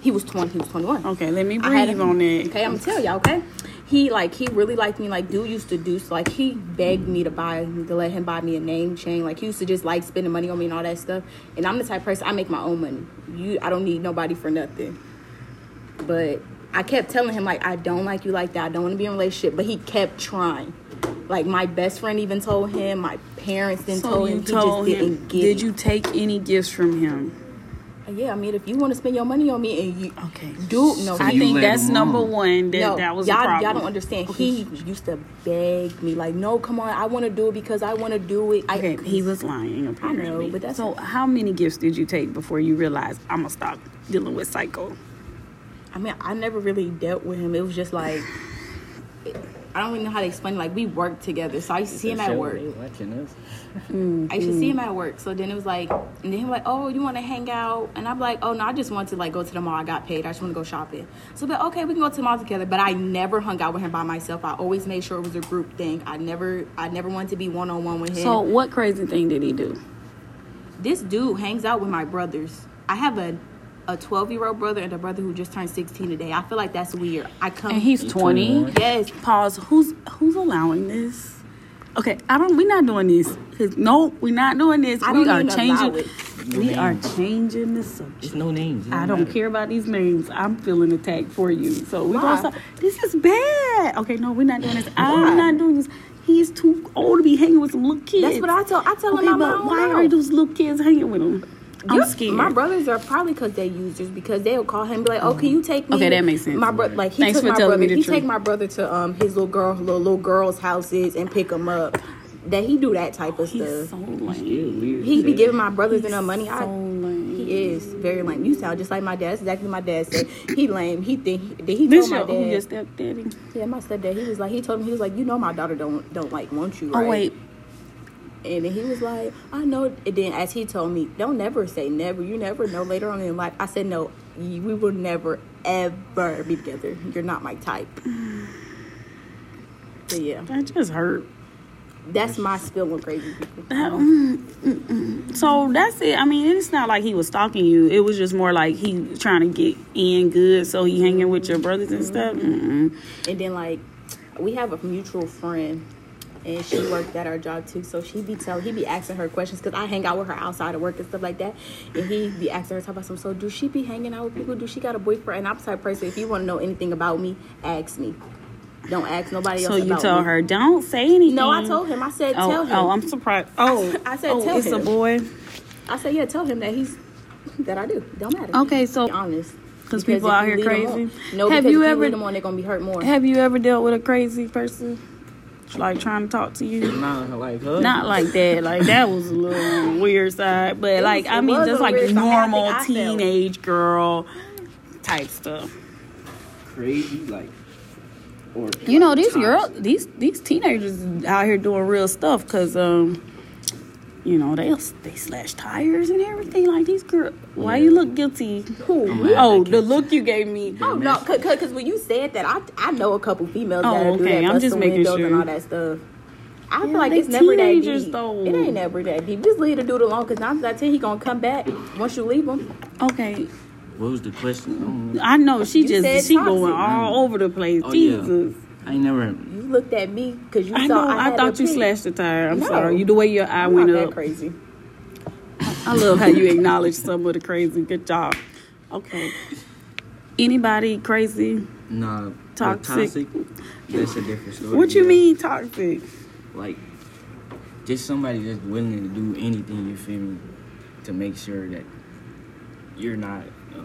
[SPEAKER 4] He was twenty. He was twenty one.
[SPEAKER 1] Okay, let me
[SPEAKER 4] I had
[SPEAKER 1] breathe
[SPEAKER 4] a-
[SPEAKER 1] on it.
[SPEAKER 4] Okay, I'm gonna tell y'all. Okay, he like he really liked me. Like dude used to do so, like he begged me to buy to let him buy me a name chain. Like he used to just like spending money on me and all that stuff. And I'm the type of person I make my own money. You, I don't need nobody for nothing. But I kept telling him like I don't like you like that. I don't want to be in a relationship. But he kept trying. Like my best friend even told him. My parents then
[SPEAKER 1] So
[SPEAKER 4] told
[SPEAKER 1] you
[SPEAKER 4] him.
[SPEAKER 1] told
[SPEAKER 4] he just
[SPEAKER 1] him?
[SPEAKER 4] didn't get
[SPEAKER 1] Did
[SPEAKER 4] it.
[SPEAKER 1] you take any gifts from him?
[SPEAKER 4] Yeah, I mean if you want to spend your money on me and you
[SPEAKER 1] Okay.
[SPEAKER 4] dude, no,
[SPEAKER 1] I
[SPEAKER 3] you
[SPEAKER 1] think
[SPEAKER 3] let
[SPEAKER 1] that's
[SPEAKER 3] him
[SPEAKER 1] number
[SPEAKER 3] on.
[SPEAKER 1] one. That
[SPEAKER 4] no,
[SPEAKER 1] that was
[SPEAKER 4] y'all,
[SPEAKER 1] a problem.
[SPEAKER 4] y'all don't understand. He used to beg me, like, no, come on, I want to do it because I want to do it. I,
[SPEAKER 1] Okay, he was lying. Apparently.
[SPEAKER 4] but that's-
[SPEAKER 1] so. How many gifts did you take before you realized I'm gonna stop dealing with psycho?
[SPEAKER 4] I mean, I never really dealt with him. It was just like, I don't even know how to explain. it. Like, we worked together, so I used to see him at
[SPEAKER 3] Show,
[SPEAKER 4] work.
[SPEAKER 3] they Watching us.
[SPEAKER 4] I used to see him at work. So then it was like, and then he was like, oh, you want to hang out? And I'm like, oh no, I just want to like go to the mall. I got paid. I just want to go shopping. So but okay, we can go to the mall together. But I never hung out with him by myself. I always made sure it was a group thing. I never, I never wanted to be one on one with him.
[SPEAKER 1] So what crazy thing did he do?
[SPEAKER 4] this dude hangs out with my brothers. I have a a 12 year old brother and a brother who just turned 16 today. I feel like that's weird. I come.
[SPEAKER 1] And he's
[SPEAKER 3] He's
[SPEAKER 1] 20.
[SPEAKER 3] 21.
[SPEAKER 4] yes.
[SPEAKER 1] Pause. Who's who's allowing this? Okay, I don't. We're not doing this. 'Cause- no, we're not doing this.
[SPEAKER 4] I
[SPEAKER 1] we
[SPEAKER 4] don't
[SPEAKER 1] are
[SPEAKER 4] even
[SPEAKER 1] changing.
[SPEAKER 4] allow it.
[SPEAKER 1] We
[SPEAKER 3] No
[SPEAKER 1] are
[SPEAKER 3] names.
[SPEAKER 1] changing the subject.
[SPEAKER 3] It's no names. It
[SPEAKER 1] I
[SPEAKER 3] don't
[SPEAKER 1] don't
[SPEAKER 3] matter.
[SPEAKER 1] care about these names. I'm feeling attacked for you. So we're gonna
[SPEAKER 4] Why?
[SPEAKER 1] stop. This is bad. Okay, no, we're not doing this. I'm not doing this. He's too old to be hanging with some little kids.
[SPEAKER 4] That's what I tell. I tell
[SPEAKER 1] Okay,
[SPEAKER 4] him I'm
[SPEAKER 1] but why are those little kids hanging with him? I'm scared.
[SPEAKER 4] My brothers are probably because they users because they'll call him and be like, "Oh, can you take me?"
[SPEAKER 1] Okay, that makes sense.
[SPEAKER 4] My brother, like he
[SPEAKER 1] Thanks
[SPEAKER 4] took
[SPEAKER 1] for
[SPEAKER 4] my
[SPEAKER 1] telling
[SPEAKER 4] brother,
[SPEAKER 1] me the
[SPEAKER 4] he
[SPEAKER 1] truth.
[SPEAKER 4] take my brother to um his little girl, little, little girls' houses and pick him up. That he do that type of
[SPEAKER 1] He's
[SPEAKER 4] stuff.
[SPEAKER 1] so lame.
[SPEAKER 3] Yeah, weird.
[SPEAKER 4] he be giving my brothers and them money.
[SPEAKER 1] So
[SPEAKER 4] I,
[SPEAKER 1] lame.
[SPEAKER 4] He is very lame. You sound just like my dad. That's exactly what my dad said. He lame. He think did he
[SPEAKER 1] This
[SPEAKER 4] told my
[SPEAKER 1] your, who
[SPEAKER 4] dad.
[SPEAKER 1] your stepdaddy?
[SPEAKER 4] Yeah, my stepdad. He was like he told him he was like you know my daughter don't don't like want you. Right?
[SPEAKER 1] Oh wait,
[SPEAKER 4] And then he was like I know. And then as he told me, don't never say never. You never know later on in life. I said no. you- We will never ever be together. You're not my type. But yeah,
[SPEAKER 1] that just hurt.
[SPEAKER 4] that's my spill on crazy people.
[SPEAKER 1] That- mm, mm, mm. So that's it. I mean, it's not like he was stalking you. It was just more like he trying to get in good, so he hanging with your brothers and stuff.
[SPEAKER 4] Mm-hmm.
[SPEAKER 1] Mm-mm.
[SPEAKER 4] And then like we have a mutual friend and she worked at our job too. So she be telling he be asking her questions because I hang out with her outside of work and stuff like that. And he be asking her talk about some so do she be hanging out with people? Do she got a boyfriend? And I'm the type of person if you want to know anything about me, ask me. Don't ask nobody else.
[SPEAKER 1] So you
[SPEAKER 4] about
[SPEAKER 1] told
[SPEAKER 4] me.
[SPEAKER 1] her, don't say anything.
[SPEAKER 4] No, I told him. I said
[SPEAKER 1] Oh,
[SPEAKER 4] tell him.
[SPEAKER 1] oh, I'm surprised. Oh,
[SPEAKER 4] I said,
[SPEAKER 1] oh,
[SPEAKER 4] tell
[SPEAKER 1] it's a
[SPEAKER 4] him.
[SPEAKER 1] boy.
[SPEAKER 4] I said yeah, tell him that he's that I do. Don't matter.
[SPEAKER 1] Okay, so-
[SPEAKER 4] be honest.
[SPEAKER 1] 'Cause
[SPEAKER 4] Because
[SPEAKER 1] people
[SPEAKER 4] if
[SPEAKER 1] out here
[SPEAKER 4] you lead 'em
[SPEAKER 1] crazy.
[SPEAKER 4] on- No,
[SPEAKER 1] Have
[SPEAKER 4] because
[SPEAKER 1] you
[SPEAKER 4] if
[SPEAKER 1] ever-
[SPEAKER 4] you lead them on, they're gonna be hurt more.
[SPEAKER 1] Have you ever dealt with a crazy person, like trying to talk to you?
[SPEAKER 3] Nah, like her.
[SPEAKER 1] Not like that. Like that was a little weird side, but
[SPEAKER 4] It
[SPEAKER 1] like
[SPEAKER 4] was-
[SPEAKER 1] I
[SPEAKER 4] it
[SPEAKER 1] mean,
[SPEAKER 4] was
[SPEAKER 1] just
[SPEAKER 4] a
[SPEAKER 1] like
[SPEAKER 4] weird side. I think
[SPEAKER 1] normal
[SPEAKER 4] I felt-
[SPEAKER 1] teenage girl type stuff.
[SPEAKER 5] Crazy, like. Or
[SPEAKER 1] You know these
[SPEAKER 5] toxic.
[SPEAKER 1] girls, these these teenagers out here doing real stuff because um, you know they they slash tires and everything like these girls. Why you look guilty?
[SPEAKER 4] Who?
[SPEAKER 1] Oh, the look you gave me.
[SPEAKER 4] Oh no, because when you said that, I I know a couple females
[SPEAKER 1] Oh,
[SPEAKER 4] that do
[SPEAKER 1] okay,
[SPEAKER 4] that.
[SPEAKER 1] I'm
[SPEAKER 4] bust
[SPEAKER 1] just
[SPEAKER 4] the
[SPEAKER 1] making
[SPEAKER 4] windows and
[SPEAKER 1] sure.
[SPEAKER 4] all that stuff. I
[SPEAKER 1] Yeah,
[SPEAKER 4] feel like
[SPEAKER 1] they
[SPEAKER 4] it's never that
[SPEAKER 1] teenagers,
[SPEAKER 4] deep.
[SPEAKER 1] though.
[SPEAKER 4] It ain't never that deep. Just leave the dude alone, because nine times out of ten he gonna come back once you leave him.
[SPEAKER 1] Okay,
[SPEAKER 3] What was the question? I don't know.
[SPEAKER 1] I know she
[SPEAKER 4] You said
[SPEAKER 1] just she
[SPEAKER 4] toxic. Mm.
[SPEAKER 1] going all over the place.
[SPEAKER 3] Oh, yeah.
[SPEAKER 1] Jesus,
[SPEAKER 3] I ain't never.
[SPEAKER 4] You looked at me because you
[SPEAKER 1] I
[SPEAKER 4] saw
[SPEAKER 1] know. I,
[SPEAKER 4] had
[SPEAKER 1] thought
[SPEAKER 4] a
[SPEAKER 1] you
[SPEAKER 4] pig.
[SPEAKER 1] slashed the tire. I'm
[SPEAKER 4] No.
[SPEAKER 1] sorry. You the way your eye
[SPEAKER 4] I'm
[SPEAKER 1] went
[SPEAKER 4] not that
[SPEAKER 1] up.
[SPEAKER 4] crazy.
[SPEAKER 1] I love how you acknowledge some of the crazy. Good job. Okay. Anybody crazy
[SPEAKER 3] Nah,
[SPEAKER 1] Toxic.
[SPEAKER 3] toxic. That's a different story.
[SPEAKER 1] What you
[SPEAKER 3] yeah.
[SPEAKER 1] mean toxic?
[SPEAKER 3] Like, just somebody that's willing to do anything. You feel me? To make sure that you're not, uh,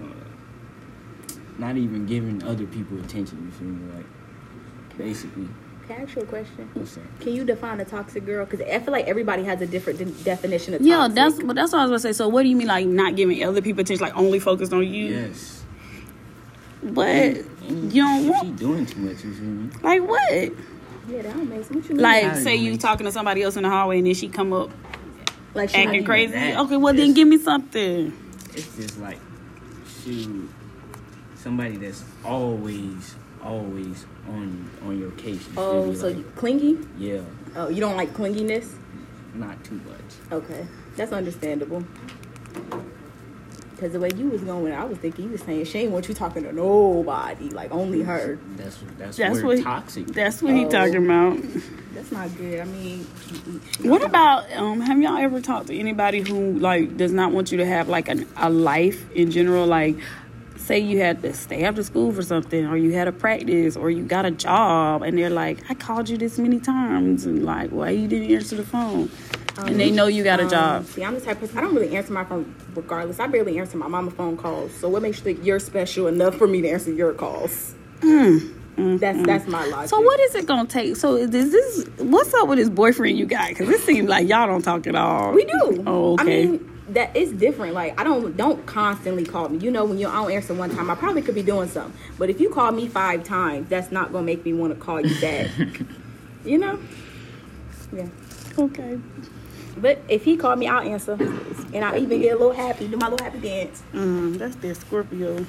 [SPEAKER 3] not even giving other people attention. You feel me? Like, basically,
[SPEAKER 4] Can I ask you a question?
[SPEAKER 3] what's that?
[SPEAKER 4] Can you define a toxic girl? Because I feel like everybody has a different de- definition of toxic.
[SPEAKER 1] Yeah, that's but that's what I was gonna say. So what do you mean like not giving other people attention, like only focused on you?
[SPEAKER 3] Yes.
[SPEAKER 1] But you don't
[SPEAKER 3] She
[SPEAKER 1] want
[SPEAKER 3] doing too much. You feel me?
[SPEAKER 1] like what?
[SPEAKER 4] yeah, that don't make sense. What you mean?
[SPEAKER 1] Like
[SPEAKER 3] don't
[SPEAKER 1] say you
[SPEAKER 3] think-
[SPEAKER 1] talking to somebody else in the hallway and then she come up
[SPEAKER 4] like she
[SPEAKER 1] acting
[SPEAKER 4] might-
[SPEAKER 1] crazy.
[SPEAKER 3] that.
[SPEAKER 1] Okay, well then
[SPEAKER 3] It's-
[SPEAKER 1] give me something.
[SPEAKER 3] It's just like shoot somebody that's always, always on on your case. You feel
[SPEAKER 4] Oh,
[SPEAKER 3] me?
[SPEAKER 4] so
[SPEAKER 3] Like,
[SPEAKER 4] you, clingy?
[SPEAKER 3] yeah,
[SPEAKER 4] Oh, you don't like clinginess?
[SPEAKER 3] not too much.
[SPEAKER 4] Okay, that's understandable. Because the way you was going, I was thinking you was saying she ain't want you talking to nobody, like only her.
[SPEAKER 3] That's that's,
[SPEAKER 1] That's
[SPEAKER 3] where
[SPEAKER 1] what he-
[SPEAKER 3] toxic.
[SPEAKER 1] That's what he
[SPEAKER 4] Oh.
[SPEAKER 1] talking about.
[SPEAKER 4] That's not good. I mean,
[SPEAKER 1] What about um? Have y'all ever talked to anybody who like does not want you to have like an, a life in general? Like, say you had to stay after school for something, or you had a practice, or you got a job, and they're like, "I called you this many times, and like, why you didn't answer the phone?" and they know you got a
[SPEAKER 4] um,
[SPEAKER 1] job.
[SPEAKER 4] See, I'm the type of person I don't really answer my phone regardless. I barely answer my mama phone calls. So what makes you think you're special enough for me to answer your calls? that's that's my logic.
[SPEAKER 1] Mm, So what is it gonna take? So is this, this what's up with his boyfriend you got? Because it seems like y'all don't talk at all.
[SPEAKER 4] We do.
[SPEAKER 1] Oh, okay.
[SPEAKER 4] I mean, that is different. Like I don't don't constantly call me. You know, when you I don't answer one time, I probably could be doing something. But if you call me five times, that's not gonna make me want to call you back. you know. Yeah.
[SPEAKER 1] okay.
[SPEAKER 4] But if he called me, I'll answer, and I even get a little happy, do my little happy dance.
[SPEAKER 1] Mm, that's their Scorpio.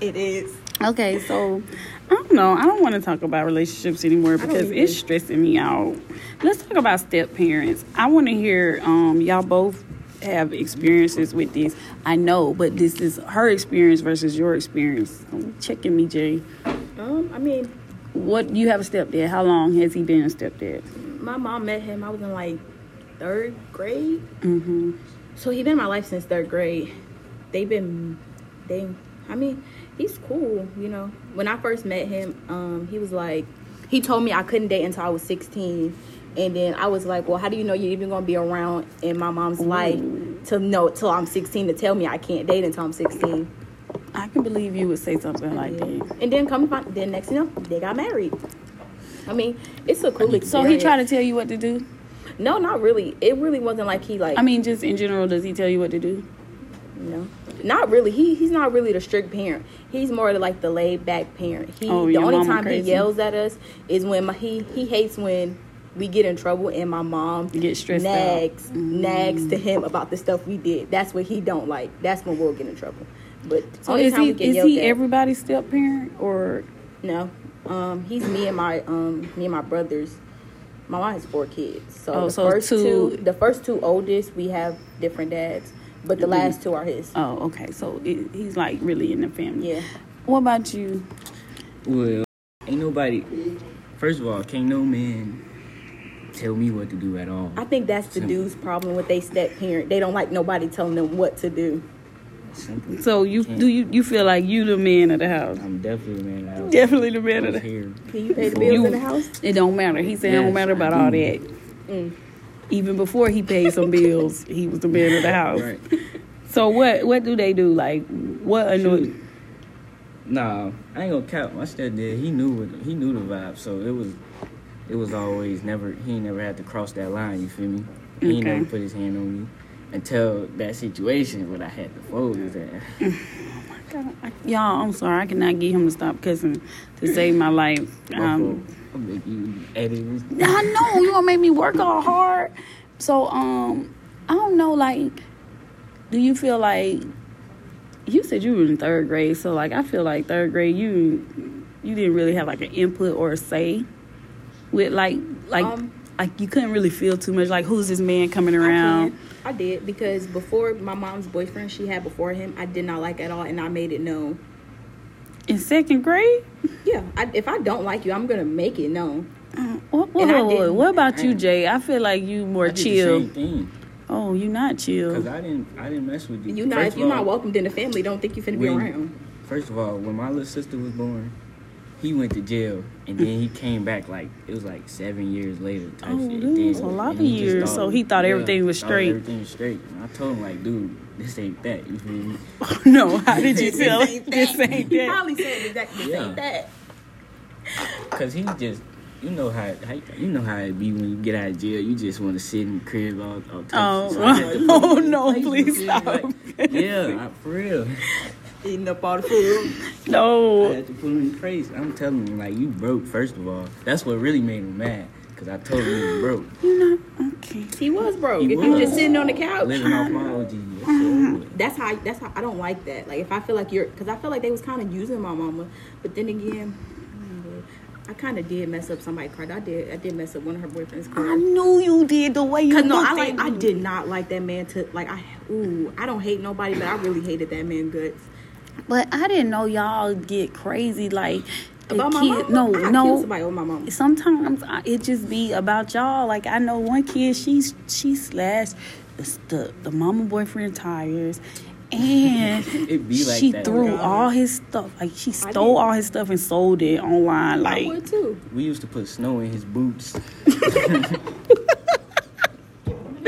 [SPEAKER 4] It is.
[SPEAKER 1] Okay, so I don't know. I don't want to talk about relationships anymore
[SPEAKER 4] don't
[SPEAKER 1] because
[SPEAKER 4] either.
[SPEAKER 1] it's stressing me out. Let's talk about step parents. I want to hear um, y'all both have experiences with this. I know, but this is her experience versus your experience. Don't check in me, Jay.
[SPEAKER 4] Um, I mean,
[SPEAKER 1] What you have a stepdad? How long has he been a stepdad?
[SPEAKER 4] my mom met him. I was in like third grade.
[SPEAKER 1] Mm-hmm.
[SPEAKER 4] So he been in my life since third grade. They've been, they, I mean, he's cool, you know. When I first met him, um, he was like, he told me I couldn't date until I was 16. And then I was like, well, how do you know you're even gonna be around in my mom's life to know till I'm 16 to tell me I can't date until I'm 16?
[SPEAKER 1] I can believe you would say something like that.
[SPEAKER 4] And then come find, then next thing you know, they got married. I mean, it's a cool experience.
[SPEAKER 1] So he tried to tell you what to do.
[SPEAKER 4] No, not really. It really wasn't like he like.
[SPEAKER 1] I mean, just in general, does he tell you what to do?
[SPEAKER 4] No, not really. He he's not really the strict parent. He's more like the laid back parent. He
[SPEAKER 1] Oh,
[SPEAKER 4] the
[SPEAKER 1] your
[SPEAKER 4] only
[SPEAKER 1] mama
[SPEAKER 4] time
[SPEAKER 1] crazy.
[SPEAKER 4] he yells at us is when my, he he hates when we get in trouble and my mom
[SPEAKER 1] You get stressed out. Mm.
[SPEAKER 4] nags nags to him about the stuff we did. That's what he don't like. That's when we'll get in trouble. But
[SPEAKER 1] So
[SPEAKER 4] only
[SPEAKER 1] Oh, is
[SPEAKER 4] time
[SPEAKER 1] he
[SPEAKER 4] we get
[SPEAKER 1] is
[SPEAKER 4] yelled
[SPEAKER 1] he
[SPEAKER 4] at-
[SPEAKER 1] everybody's step parent or
[SPEAKER 4] No, um, he's me and my um me and my brothers. My mom has four kids, so
[SPEAKER 1] Oh,
[SPEAKER 4] the
[SPEAKER 1] so
[SPEAKER 4] first
[SPEAKER 1] two-
[SPEAKER 4] two the first two oldest we have different dads, but
[SPEAKER 3] Mm-hmm.
[SPEAKER 4] the last two are his.
[SPEAKER 1] Oh, okay. So it, he's like really in the family.
[SPEAKER 4] Yeah.
[SPEAKER 1] What about you?
[SPEAKER 3] Well, ain't nobody. First of all, can't no man tell me what to do at all.
[SPEAKER 4] I think that's the
[SPEAKER 3] Simple.
[SPEAKER 4] dude's problem with they step parent. They don't like nobody telling them what to do.
[SPEAKER 3] Simple.
[SPEAKER 1] So you
[SPEAKER 3] Mm.
[SPEAKER 1] do you you feel like you the man of the house?
[SPEAKER 3] I'm definitely a man. I was-
[SPEAKER 1] Definitely the man
[SPEAKER 3] I
[SPEAKER 1] of
[SPEAKER 3] was
[SPEAKER 1] the.
[SPEAKER 3] here.
[SPEAKER 4] Can you pay the
[SPEAKER 3] Before-
[SPEAKER 4] bills
[SPEAKER 1] You-
[SPEAKER 4] in the house?
[SPEAKER 1] It don't matter. He said it don't
[SPEAKER 3] Mm-hmm. Yes, Mm.
[SPEAKER 1] matter about
[SPEAKER 3] I
[SPEAKER 1] all
[SPEAKER 3] do.
[SPEAKER 1] that. Even before he paid some bills, he was the man of the house.
[SPEAKER 3] Right.
[SPEAKER 1] So what what do they do? Like what annoy?
[SPEAKER 3] Shoot. Nah, I ain't gonna cap. My stepdad, he knew what he knew the vibe, so it was, it was always never. He ain't never had to cross that line. You feel me? He ain't
[SPEAKER 1] Okay.
[SPEAKER 3] never put his hand on me until that situation when I had to fold his ass.
[SPEAKER 1] God, I- Y'all, I'm sorry. I cannot get him to stop cussing to save my life.
[SPEAKER 3] My fault.
[SPEAKER 1] Um,
[SPEAKER 3] I make you edit this.
[SPEAKER 1] I know you gonna make me work all hard. So um, I don't know. Like, do you feel like you said you were in third grade? So like, I feel like third grade you you didn't really have like an input or a say with like like
[SPEAKER 4] Um,
[SPEAKER 1] like you couldn't really feel too much. Like, who's this man coming
[SPEAKER 4] I
[SPEAKER 1] around?
[SPEAKER 4] can. I did because before my mom's boyfriend she had before him, I did not like at all, and I made it known.
[SPEAKER 1] In second grade?
[SPEAKER 4] Yeah, I, if I don't like you, I'm gonna make it known.
[SPEAKER 1] What, what,
[SPEAKER 4] Uh, And I
[SPEAKER 1] what-
[SPEAKER 4] didn't. Uh-uh.
[SPEAKER 1] what about you, Jay? I feel like you more
[SPEAKER 3] I did the
[SPEAKER 1] chill.
[SPEAKER 3] same thing,
[SPEAKER 1] Oh, you not chill.
[SPEAKER 3] Cause I didn't, I didn't mess with you.
[SPEAKER 4] You not
[SPEAKER 3] First
[SPEAKER 4] if
[SPEAKER 3] of
[SPEAKER 4] you're
[SPEAKER 3] all,
[SPEAKER 4] not welcomed in the family, don't think you finna be
[SPEAKER 3] when-
[SPEAKER 4] around.
[SPEAKER 3] First of all, when my little sister was born, he went to jail and then he came back like it was like seven years later. Type
[SPEAKER 1] Oh,
[SPEAKER 3] shit.
[SPEAKER 1] dude,
[SPEAKER 3] And then-
[SPEAKER 1] it's a lot
[SPEAKER 3] and
[SPEAKER 1] of
[SPEAKER 3] he just
[SPEAKER 1] years. So he thought everything was
[SPEAKER 3] thought
[SPEAKER 1] straight.
[SPEAKER 3] Everything was straight. And I told him like, dude, this ain't that. You feel me?
[SPEAKER 1] no, how did you tell him? This ain't
[SPEAKER 4] He
[SPEAKER 1] that.
[SPEAKER 4] probably said exactly the
[SPEAKER 3] Yeah.
[SPEAKER 4] same that.
[SPEAKER 3] Cause he just, you know how, how you know how it be when you get out of jail. You just want to sit in the crib all, all types
[SPEAKER 1] Oh,
[SPEAKER 3] of stuff.
[SPEAKER 1] oh no, please stop.
[SPEAKER 3] yeah, I, for real.
[SPEAKER 4] Eating up all the food.
[SPEAKER 3] I
[SPEAKER 1] No.
[SPEAKER 3] had to put him in the crazy. I'm telling him like you broke. First of all, that's what really made him mad. Cause I told him he was broke.
[SPEAKER 1] Okay.
[SPEAKER 4] He was broke.
[SPEAKER 3] He
[SPEAKER 4] if you
[SPEAKER 3] was.
[SPEAKER 4] just sitting on the couch.
[SPEAKER 3] Living off my OG. That's what I would.
[SPEAKER 4] That's how. That's how. I don't like that. Like if I feel like you're, because I feel like they was kind of using my mama. But then again, I kind of did mess up somebody's card. I did. I did mess up one of her boyfriend's
[SPEAKER 1] I
[SPEAKER 4] card.
[SPEAKER 1] knew you did the way you
[SPEAKER 4] Cause no, I
[SPEAKER 1] looked
[SPEAKER 4] like.
[SPEAKER 1] at
[SPEAKER 4] I
[SPEAKER 1] me.
[SPEAKER 4] did not like that man. To like, I ooh, I don't hate nobody, but I really hated that man. Guts.
[SPEAKER 1] But I didn't know y'all get crazy like the
[SPEAKER 4] About my
[SPEAKER 1] kid.
[SPEAKER 4] mama, I
[SPEAKER 1] No, no.
[SPEAKER 4] killed somebody with my mama.
[SPEAKER 1] Sometimes I, it just be about y'all. Like I know one kid, she she slashed the the, the mama boyfriend tires. And
[SPEAKER 3] It be like
[SPEAKER 1] she
[SPEAKER 3] that.
[SPEAKER 1] threw
[SPEAKER 3] God.
[SPEAKER 1] all his stuff. Like she stole
[SPEAKER 4] did.
[SPEAKER 1] all his stuff and sold it online.
[SPEAKER 4] I would
[SPEAKER 1] Like
[SPEAKER 4] too.
[SPEAKER 3] We used to put snow in his boots.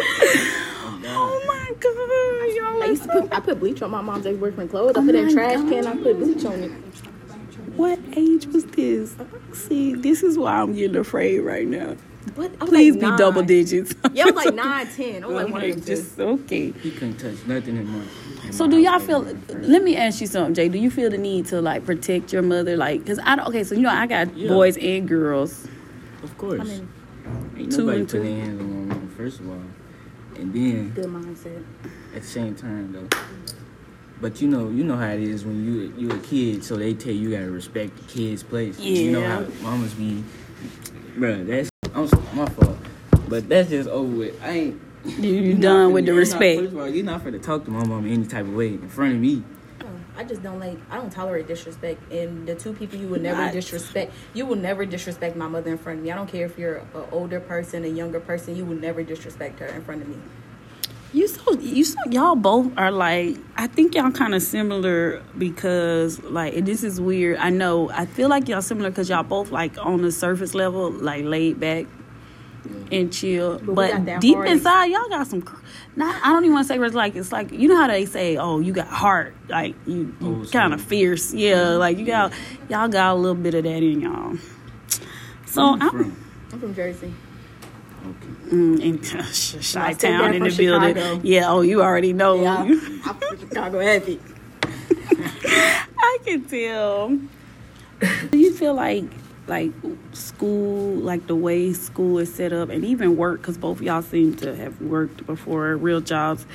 [SPEAKER 1] oh my god, y'all.
[SPEAKER 4] I
[SPEAKER 1] are
[SPEAKER 4] used to put. I put bleach on my mom's ex boyfriend clothes. I
[SPEAKER 1] Oh
[SPEAKER 4] put in
[SPEAKER 1] my
[SPEAKER 4] trash
[SPEAKER 1] God.
[SPEAKER 4] can. I put bleach on it.
[SPEAKER 1] What age was this? See, this is why I'm getting afraid right now.
[SPEAKER 4] What? I was
[SPEAKER 1] Please
[SPEAKER 4] like
[SPEAKER 1] be
[SPEAKER 4] nine.
[SPEAKER 1] double digits.
[SPEAKER 4] Yeah, I was like nine, ten. I was like one
[SPEAKER 1] Okay,
[SPEAKER 4] of them.
[SPEAKER 1] just okay.
[SPEAKER 3] He couldn't touch nothing in my. in
[SPEAKER 1] So
[SPEAKER 3] my
[SPEAKER 1] do y'all
[SPEAKER 3] house
[SPEAKER 1] feel?
[SPEAKER 3] over there.
[SPEAKER 1] Let me ask you something, Jay. Do you feel the need to like protect your mother? Like, cause I don't. Okay, so you know I got
[SPEAKER 3] Yeah.
[SPEAKER 1] boys and girls.
[SPEAKER 3] Of course.
[SPEAKER 4] I mean,
[SPEAKER 3] Ain't
[SPEAKER 1] Two
[SPEAKER 3] nobody
[SPEAKER 1] and
[SPEAKER 3] put
[SPEAKER 1] two.
[SPEAKER 3] their hands on my mom, first of all. And then
[SPEAKER 4] Good mindset.
[SPEAKER 3] at the same time though. But you know, you know how it is when you you a kid, so they tell you gotta respect the kid's place. You know
[SPEAKER 1] Yeah.
[SPEAKER 3] how mamas be Bruh, that's I'm s- my fault. But that's just over with. I ain't
[SPEAKER 1] You, you
[SPEAKER 3] you're not
[SPEAKER 1] done
[SPEAKER 3] finna-
[SPEAKER 1] with the
[SPEAKER 3] you're not-
[SPEAKER 1] respect?
[SPEAKER 3] first of all, You're not finna talk to my mama any type of way in front of me.
[SPEAKER 4] I just don't like. I don't tolerate disrespect. And the two people you will never
[SPEAKER 1] Right.
[SPEAKER 4] disrespect, you will never disrespect my mother in front of me. I don't care if you're an older person, a younger person, you will never disrespect her in front of me.
[SPEAKER 1] You so you so y'all both are like I think y'all kind of similar because like and this is weird. I know I feel like y'all similar because y'all both like on the surface level like laid back and chill,
[SPEAKER 4] we
[SPEAKER 1] but,
[SPEAKER 4] got that
[SPEAKER 1] deep
[SPEAKER 4] heart.
[SPEAKER 1] inside y'all got some. cr- Not I don't even want to say it's like it's like you know how they say oh you got heart Oh, like you, you
[SPEAKER 3] Old
[SPEAKER 1] kind of
[SPEAKER 3] school.
[SPEAKER 1] fierce yeah like you got y'all got a little bit of that in y'all. So
[SPEAKER 3] Where you
[SPEAKER 1] I'm
[SPEAKER 3] from?
[SPEAKER 4] I'm from Jersey.
[SPEAKER 3] Okay.
[SPEAKER 1] mm, in Chi
[SPEAKER 4] still down
[SPEAKER 1] Town in
[SPEAKER 4] from
[SPEAKER 1] the building.
[SPEAKER 4] Chicago.
[SPEAKER 1] Yeah, oh you already know.
[SPEAKER 4] Yeah, I'm from Chicago heavy.
[SPEAKER 1] I can tell. Do you feel like like school, like the way school is set up, and even work? Because both of y'all seem to have worked before, real jobs.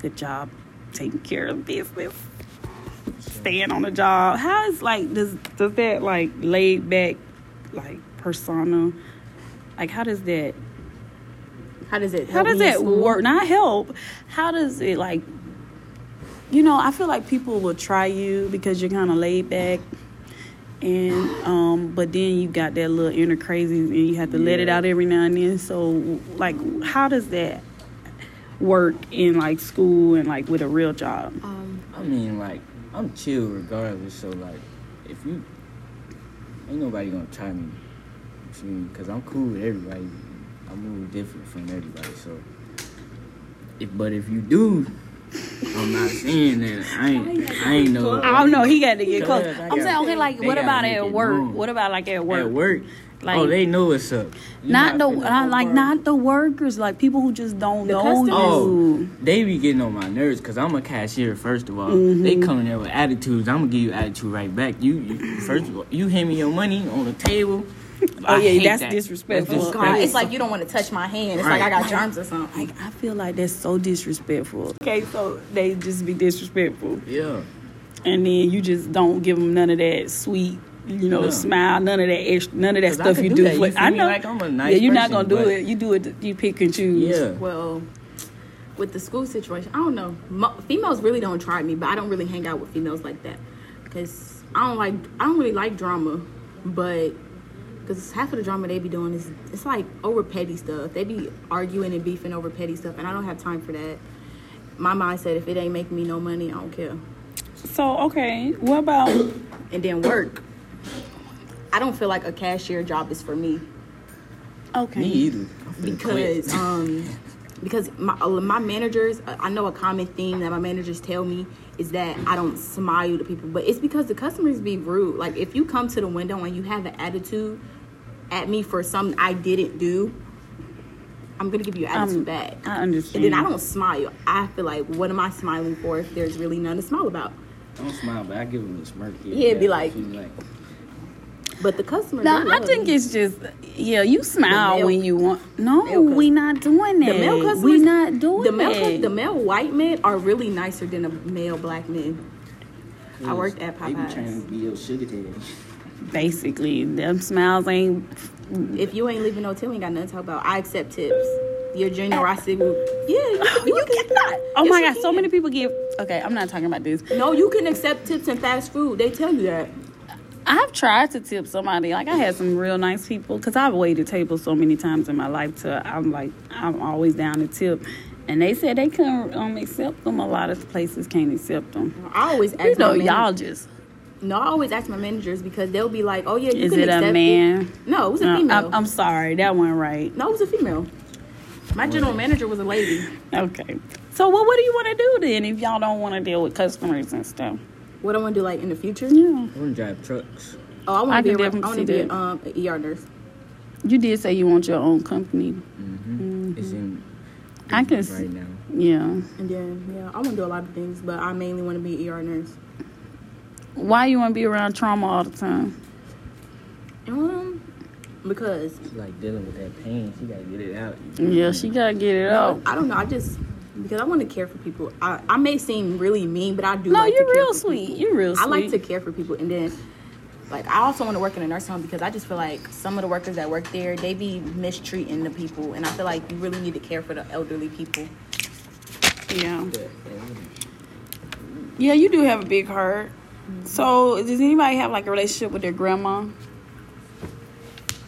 [SPEAKER 1] Good job taking care of business, staying on the job. How is like does does that like laid back like persona? Like how does that
[SPEAKER 4] How does it?
[SPEAKER 1] how
[SPEAKER 4] help
[SPEAKER 1] does
[SPEAKER 4] me in
[SPEAKER 1] that
[SPEAKER 4] school?
[SPEAKER 1] work? Not help. How does it like? You know, I feel like people will try you because you're kind of laid back, and um, but then you got that little inner crazy, and you have to let it
[SPEAKER 3] Yeah.
[SPEAKER 1] out every now and then. So, like, how does that work in like school and like with a real job?
[SPEAKER 4] Um,
[SPEAKER 3] I mean like I'm chill regardless, so like if you ain't nobody gonna try me. you feel me? Cause I'm cool with everybody. I move different from everybody, so if but if you do I'm not saying that. I ain't I ain't know
[SPEAKER 1] I don't know. He got to get
[SPEAKER 3] Yeah,
[SPEAKER 1] close.
[SPEAKER 3] I
[SPEAKER 1] I'm
[SPEAKER 3] got-
[SPEAKER 1] saying, okay, like,
[SPEAKER 3] they
[SPEAKER 1] what
[SPEAKER 3] gotta
[SPEAKER 1] about
[SPEAKER 3] make
[SPEAKER 1] at
[SPEAKER 3] it
[SPEAKER 1] work?
[SPEAKER 3] known.
[SPEAKER 1] What about like at work?
[SPEAKER 3] at work.
[SPEAKER 1] Like-
[SPEAKER 3] oh, they know what's up. You
[SPEAKER 1] Not the
[SPEAKER 3] finna-
[SPEAKER 1] uh, like not the workers, like people who just don't
[SPEAKER 4] The
[SPEAKER 1] know
[SPEAKER 4] customers.
[SPEAKER 1] you.
[SPEAKER 3] Oh, they be getting on my nerves because I'm a cashier. First of all,
[SPEAKER 4] Mm-hmm.
[SPEAKER 3] they come in there with attitudes. I'm gonna give you attitude right back. You, you first of all, you hand me your money on the table.
[SPEAKER 1] Oh,
[SPEAKER 3] I
[SPEAKER 1] yeah,
[SPEAKER 3] hate
[SPEAKER 1] that's
[SPEAKER 3] that.
[SPEAKER 1] disrespectful.
[SPEAKER 3] That's
[SPEAKER 4] God, it's
[SPEAKER 3] disrespectful.
[SPEAKER 4] like you don't want to touch my hand. It's like
[SPEAKER 3] Right.
[SPEAKER 4] I got germs or something.
[SPEAKER 1] Like I feel like that's so disrespectful. Okay, so they just be disrespectful,
[SPEAKER 3] yeah.
[SPEAKER 1] and then you just don't give them none of that sweet, you know,
[SPEAKER 3] No.
[SPEAKER 1] smile, none of that extra, none of that
[SPEAKER 3] 'Cause I
[SPEAKER 1] stuff
[SPEAKER 3] could
[SPEAKER 1] you
[SPEAKER 3] do
[SPEAKER 1] do.
[SPEAKER 3] that, you
[SPEAKER 1] for-
[SPEAKER 3] feel
[SPEAKER 1] I
[SPEAKER 3] me?
[SPEAKER 1] know.
[SPEAKER 3] Like, I'm a
[SPEAKER 1] yeah,
[SPEAKER 3] nice
[SPEAKER 1] you're not gonna
[SPEAKER 3] person,
[SPEAKER 1] do
[SPEAKER 3] but-
[SPEAKER 1] it. You do it. You pick and choose.
[SPEAKER 3] Yeah.
[SPEAKER 4] Well, with the school situation, I don't know. Mo- females really don't try me, but I don't really hang out with females like that because I don't like. I don't really like drama, but because half of the drama they be doing is it's like over petty stuff. They be arguing and beefing over petty stuff, and I don't have time for that. My mind said if it ain't making me no money, I don't care.
[SPEAKER 1] So okay, what about
[SPEAKER 4] And then work. I don't feel like a cashier job is for me
[SPEAKER 1] Okay.
[SPEAKER 3] Me either. I'm finna quit.
[SPEAKER 4] because um because my uh, my managers uh, I know a common theme that my managers tell me is that I don't smile to people, but it's because the customers be rude. Like if you come to the window and you have an attitude at me for something I didn't do, I'm gonna give you your attitude
[SPEAKER 1] Um,
[SPEAKER 4] back.
[SPEAKER 1] I understand.
[SPEAKER 4] And then I don't smile. I feel like what am I smiling for if there's really none to smile about?
[SPEAKER 3] I don't smile, but I give him a smirk.
[SPEAKER 4] Yeah,
[SPEAKER 3] and
[SPEAKER 4] be
[SPEAKER 3] that.
[SPEAKER 4] like-
[SPEAKER 3] She's like,
[SPEAKER 4] But the customers,
[SPEAKER 1] No,
[SPEAKER 4] they
[SPEAKER 1] I
[SPEAKER 4] love
[SPEAKER 1] think
[SPEAKER 4] you.
[SPEAKER 1] it's just yeah. You smile
[SPEAKER 4] male-
[SPEAKER 1] when you want. No,
[SPEAKER 4] male cus-
[SPEAKER 1] we not doing that.
[SPEAKER 4] the male customers.
[SPEAKER 1] we not doing
[SPEAKER 4] the male, cus-
[SPEAKER 1] that.
[SPEAKER 4] The male white men are really nicer than the male black men. I worked at
[SPEAKER 3] They be trying
[SPEAKER 4] Popeyes.
[SPEAKER 3] to be your sugar daddy.
[SPEAKER 1] Basically, them smiles ain't.
[SPEAKER 4] If you ain't leaving no tip, we ain't got nothing to talk about. I accept tips. Your generosity will. Yeah, you, can-
[SPEAKER 1] You
[SPEAKER 4] you can.
[SPEAKER 1] cannot. Oh my god,
[SPEAKER 4] Yes, you
[SPEAKER 1] so
[SPEAKER 4] can.
[SPEAKER 1] many people give. Okay, I'm not talking about this.
[SPEAKER 4] No, you can accept tips in fast food. They tell you that.
[SPEAKER 1] I've tried to tip somebody. Like I had some real nice people because I've waited tables so many times in my life. To I'm like I'm always down to tip, and they said they couldn't um, accept them. A lot of places can't accept them.
[SPEAKER 4] I always ask.
[SPEAKER 1] You know,
[SPEAKER 4] my man-
[SPEAKER 1] y'all just
[SPEAKER 4] No, I always ask my managers because they'll be like, "Oh yeah, you
[SPEAKER 1] Is
[SPEAKER 4] can
[SPEAKER 1] it a
[SPEAKER 4] accept
[SPEAKER 1] man?
[SPEAKER 4] No, it was a
[SPEAKER 1] No, um,
[SPEAKER 4] female.
[SPEAKER 1] uh, I'm, I'm sorry, that wasn't right.
[SPEAKER 4] no, it was a female. My general manager was a lady.
[SPEAKER 1] Okay. So what what do you want to do then if y'all don't want to deal with customers and stuff?
[SPEAKER 4] What I want to do like in the future?
[SPEAKER 1] Yeah.
[SPEAKER 3] I want to drive trucks.
[SPEAKER 4] Oh, I
[SPEAKER 1] I
[SPEAKER 4] want to
[SPEAKER 1] can
[SPEAKER 4] be. A, rep- I
[SPEAKER 1] definitely
[SPEAKER 4] want to
[SPEAKER 1] see
[SPEAKER 4] be
[SPEAKER 1] that.
[SPEAKER 4] um, an ER nurse.
[SPEAKER 1] You did say you want your own company.
[SPEAKER 3] Mm-hmm.
[SPEAKER 4] Mm-hmm.
[SPEAKER 3] It's in.
[SPEAKER 1] I can
[SPEAKER 3] right
[SPEAKER 1] see-
[SPEAKER 3] now.
[SPEAKER 1] Yeah.
[SPEAKER 4] And then yeah, I want to do a lot of things, but I mainly want to be an ER nurse.
[SPEAKER 1] Why you want to be around trauma all the time?
[SPEAKER 4] Um, because
[SPEAKER 3] She's like dealing with that pain. She gotta get it out. you know?
[SPEAKER 1] Yeah, she gotta get it out.
[SPEAKER 4] I don't know. I just because I want to care for people. I, I may seem really mean, but I do.
[SPEAKER 1] No,
[SPEAKER 4] like to
[SPEAKER 1] you're
[SPEAKER 4] care
[SPEAKER 1] real
[SPEAKER 4] for
[SPEAKER 1] sweet.
[SPEAKER 4] people.
[SPEAKER 1] You're real sweet.
[SPEAKER 4] I like to care for people, and then like I also want to work in a nursing home because I just feel like some of the workers that work there they be mistreating the people, and I feel like you really need to care for the elderly people.
[SPEAKER 1] Yeah.
[SPEAKER 3] Yeah, yeah.
[SPEAKER 1] Yeah, you do have a big heart. So does anybody have like a relationship with their grandma?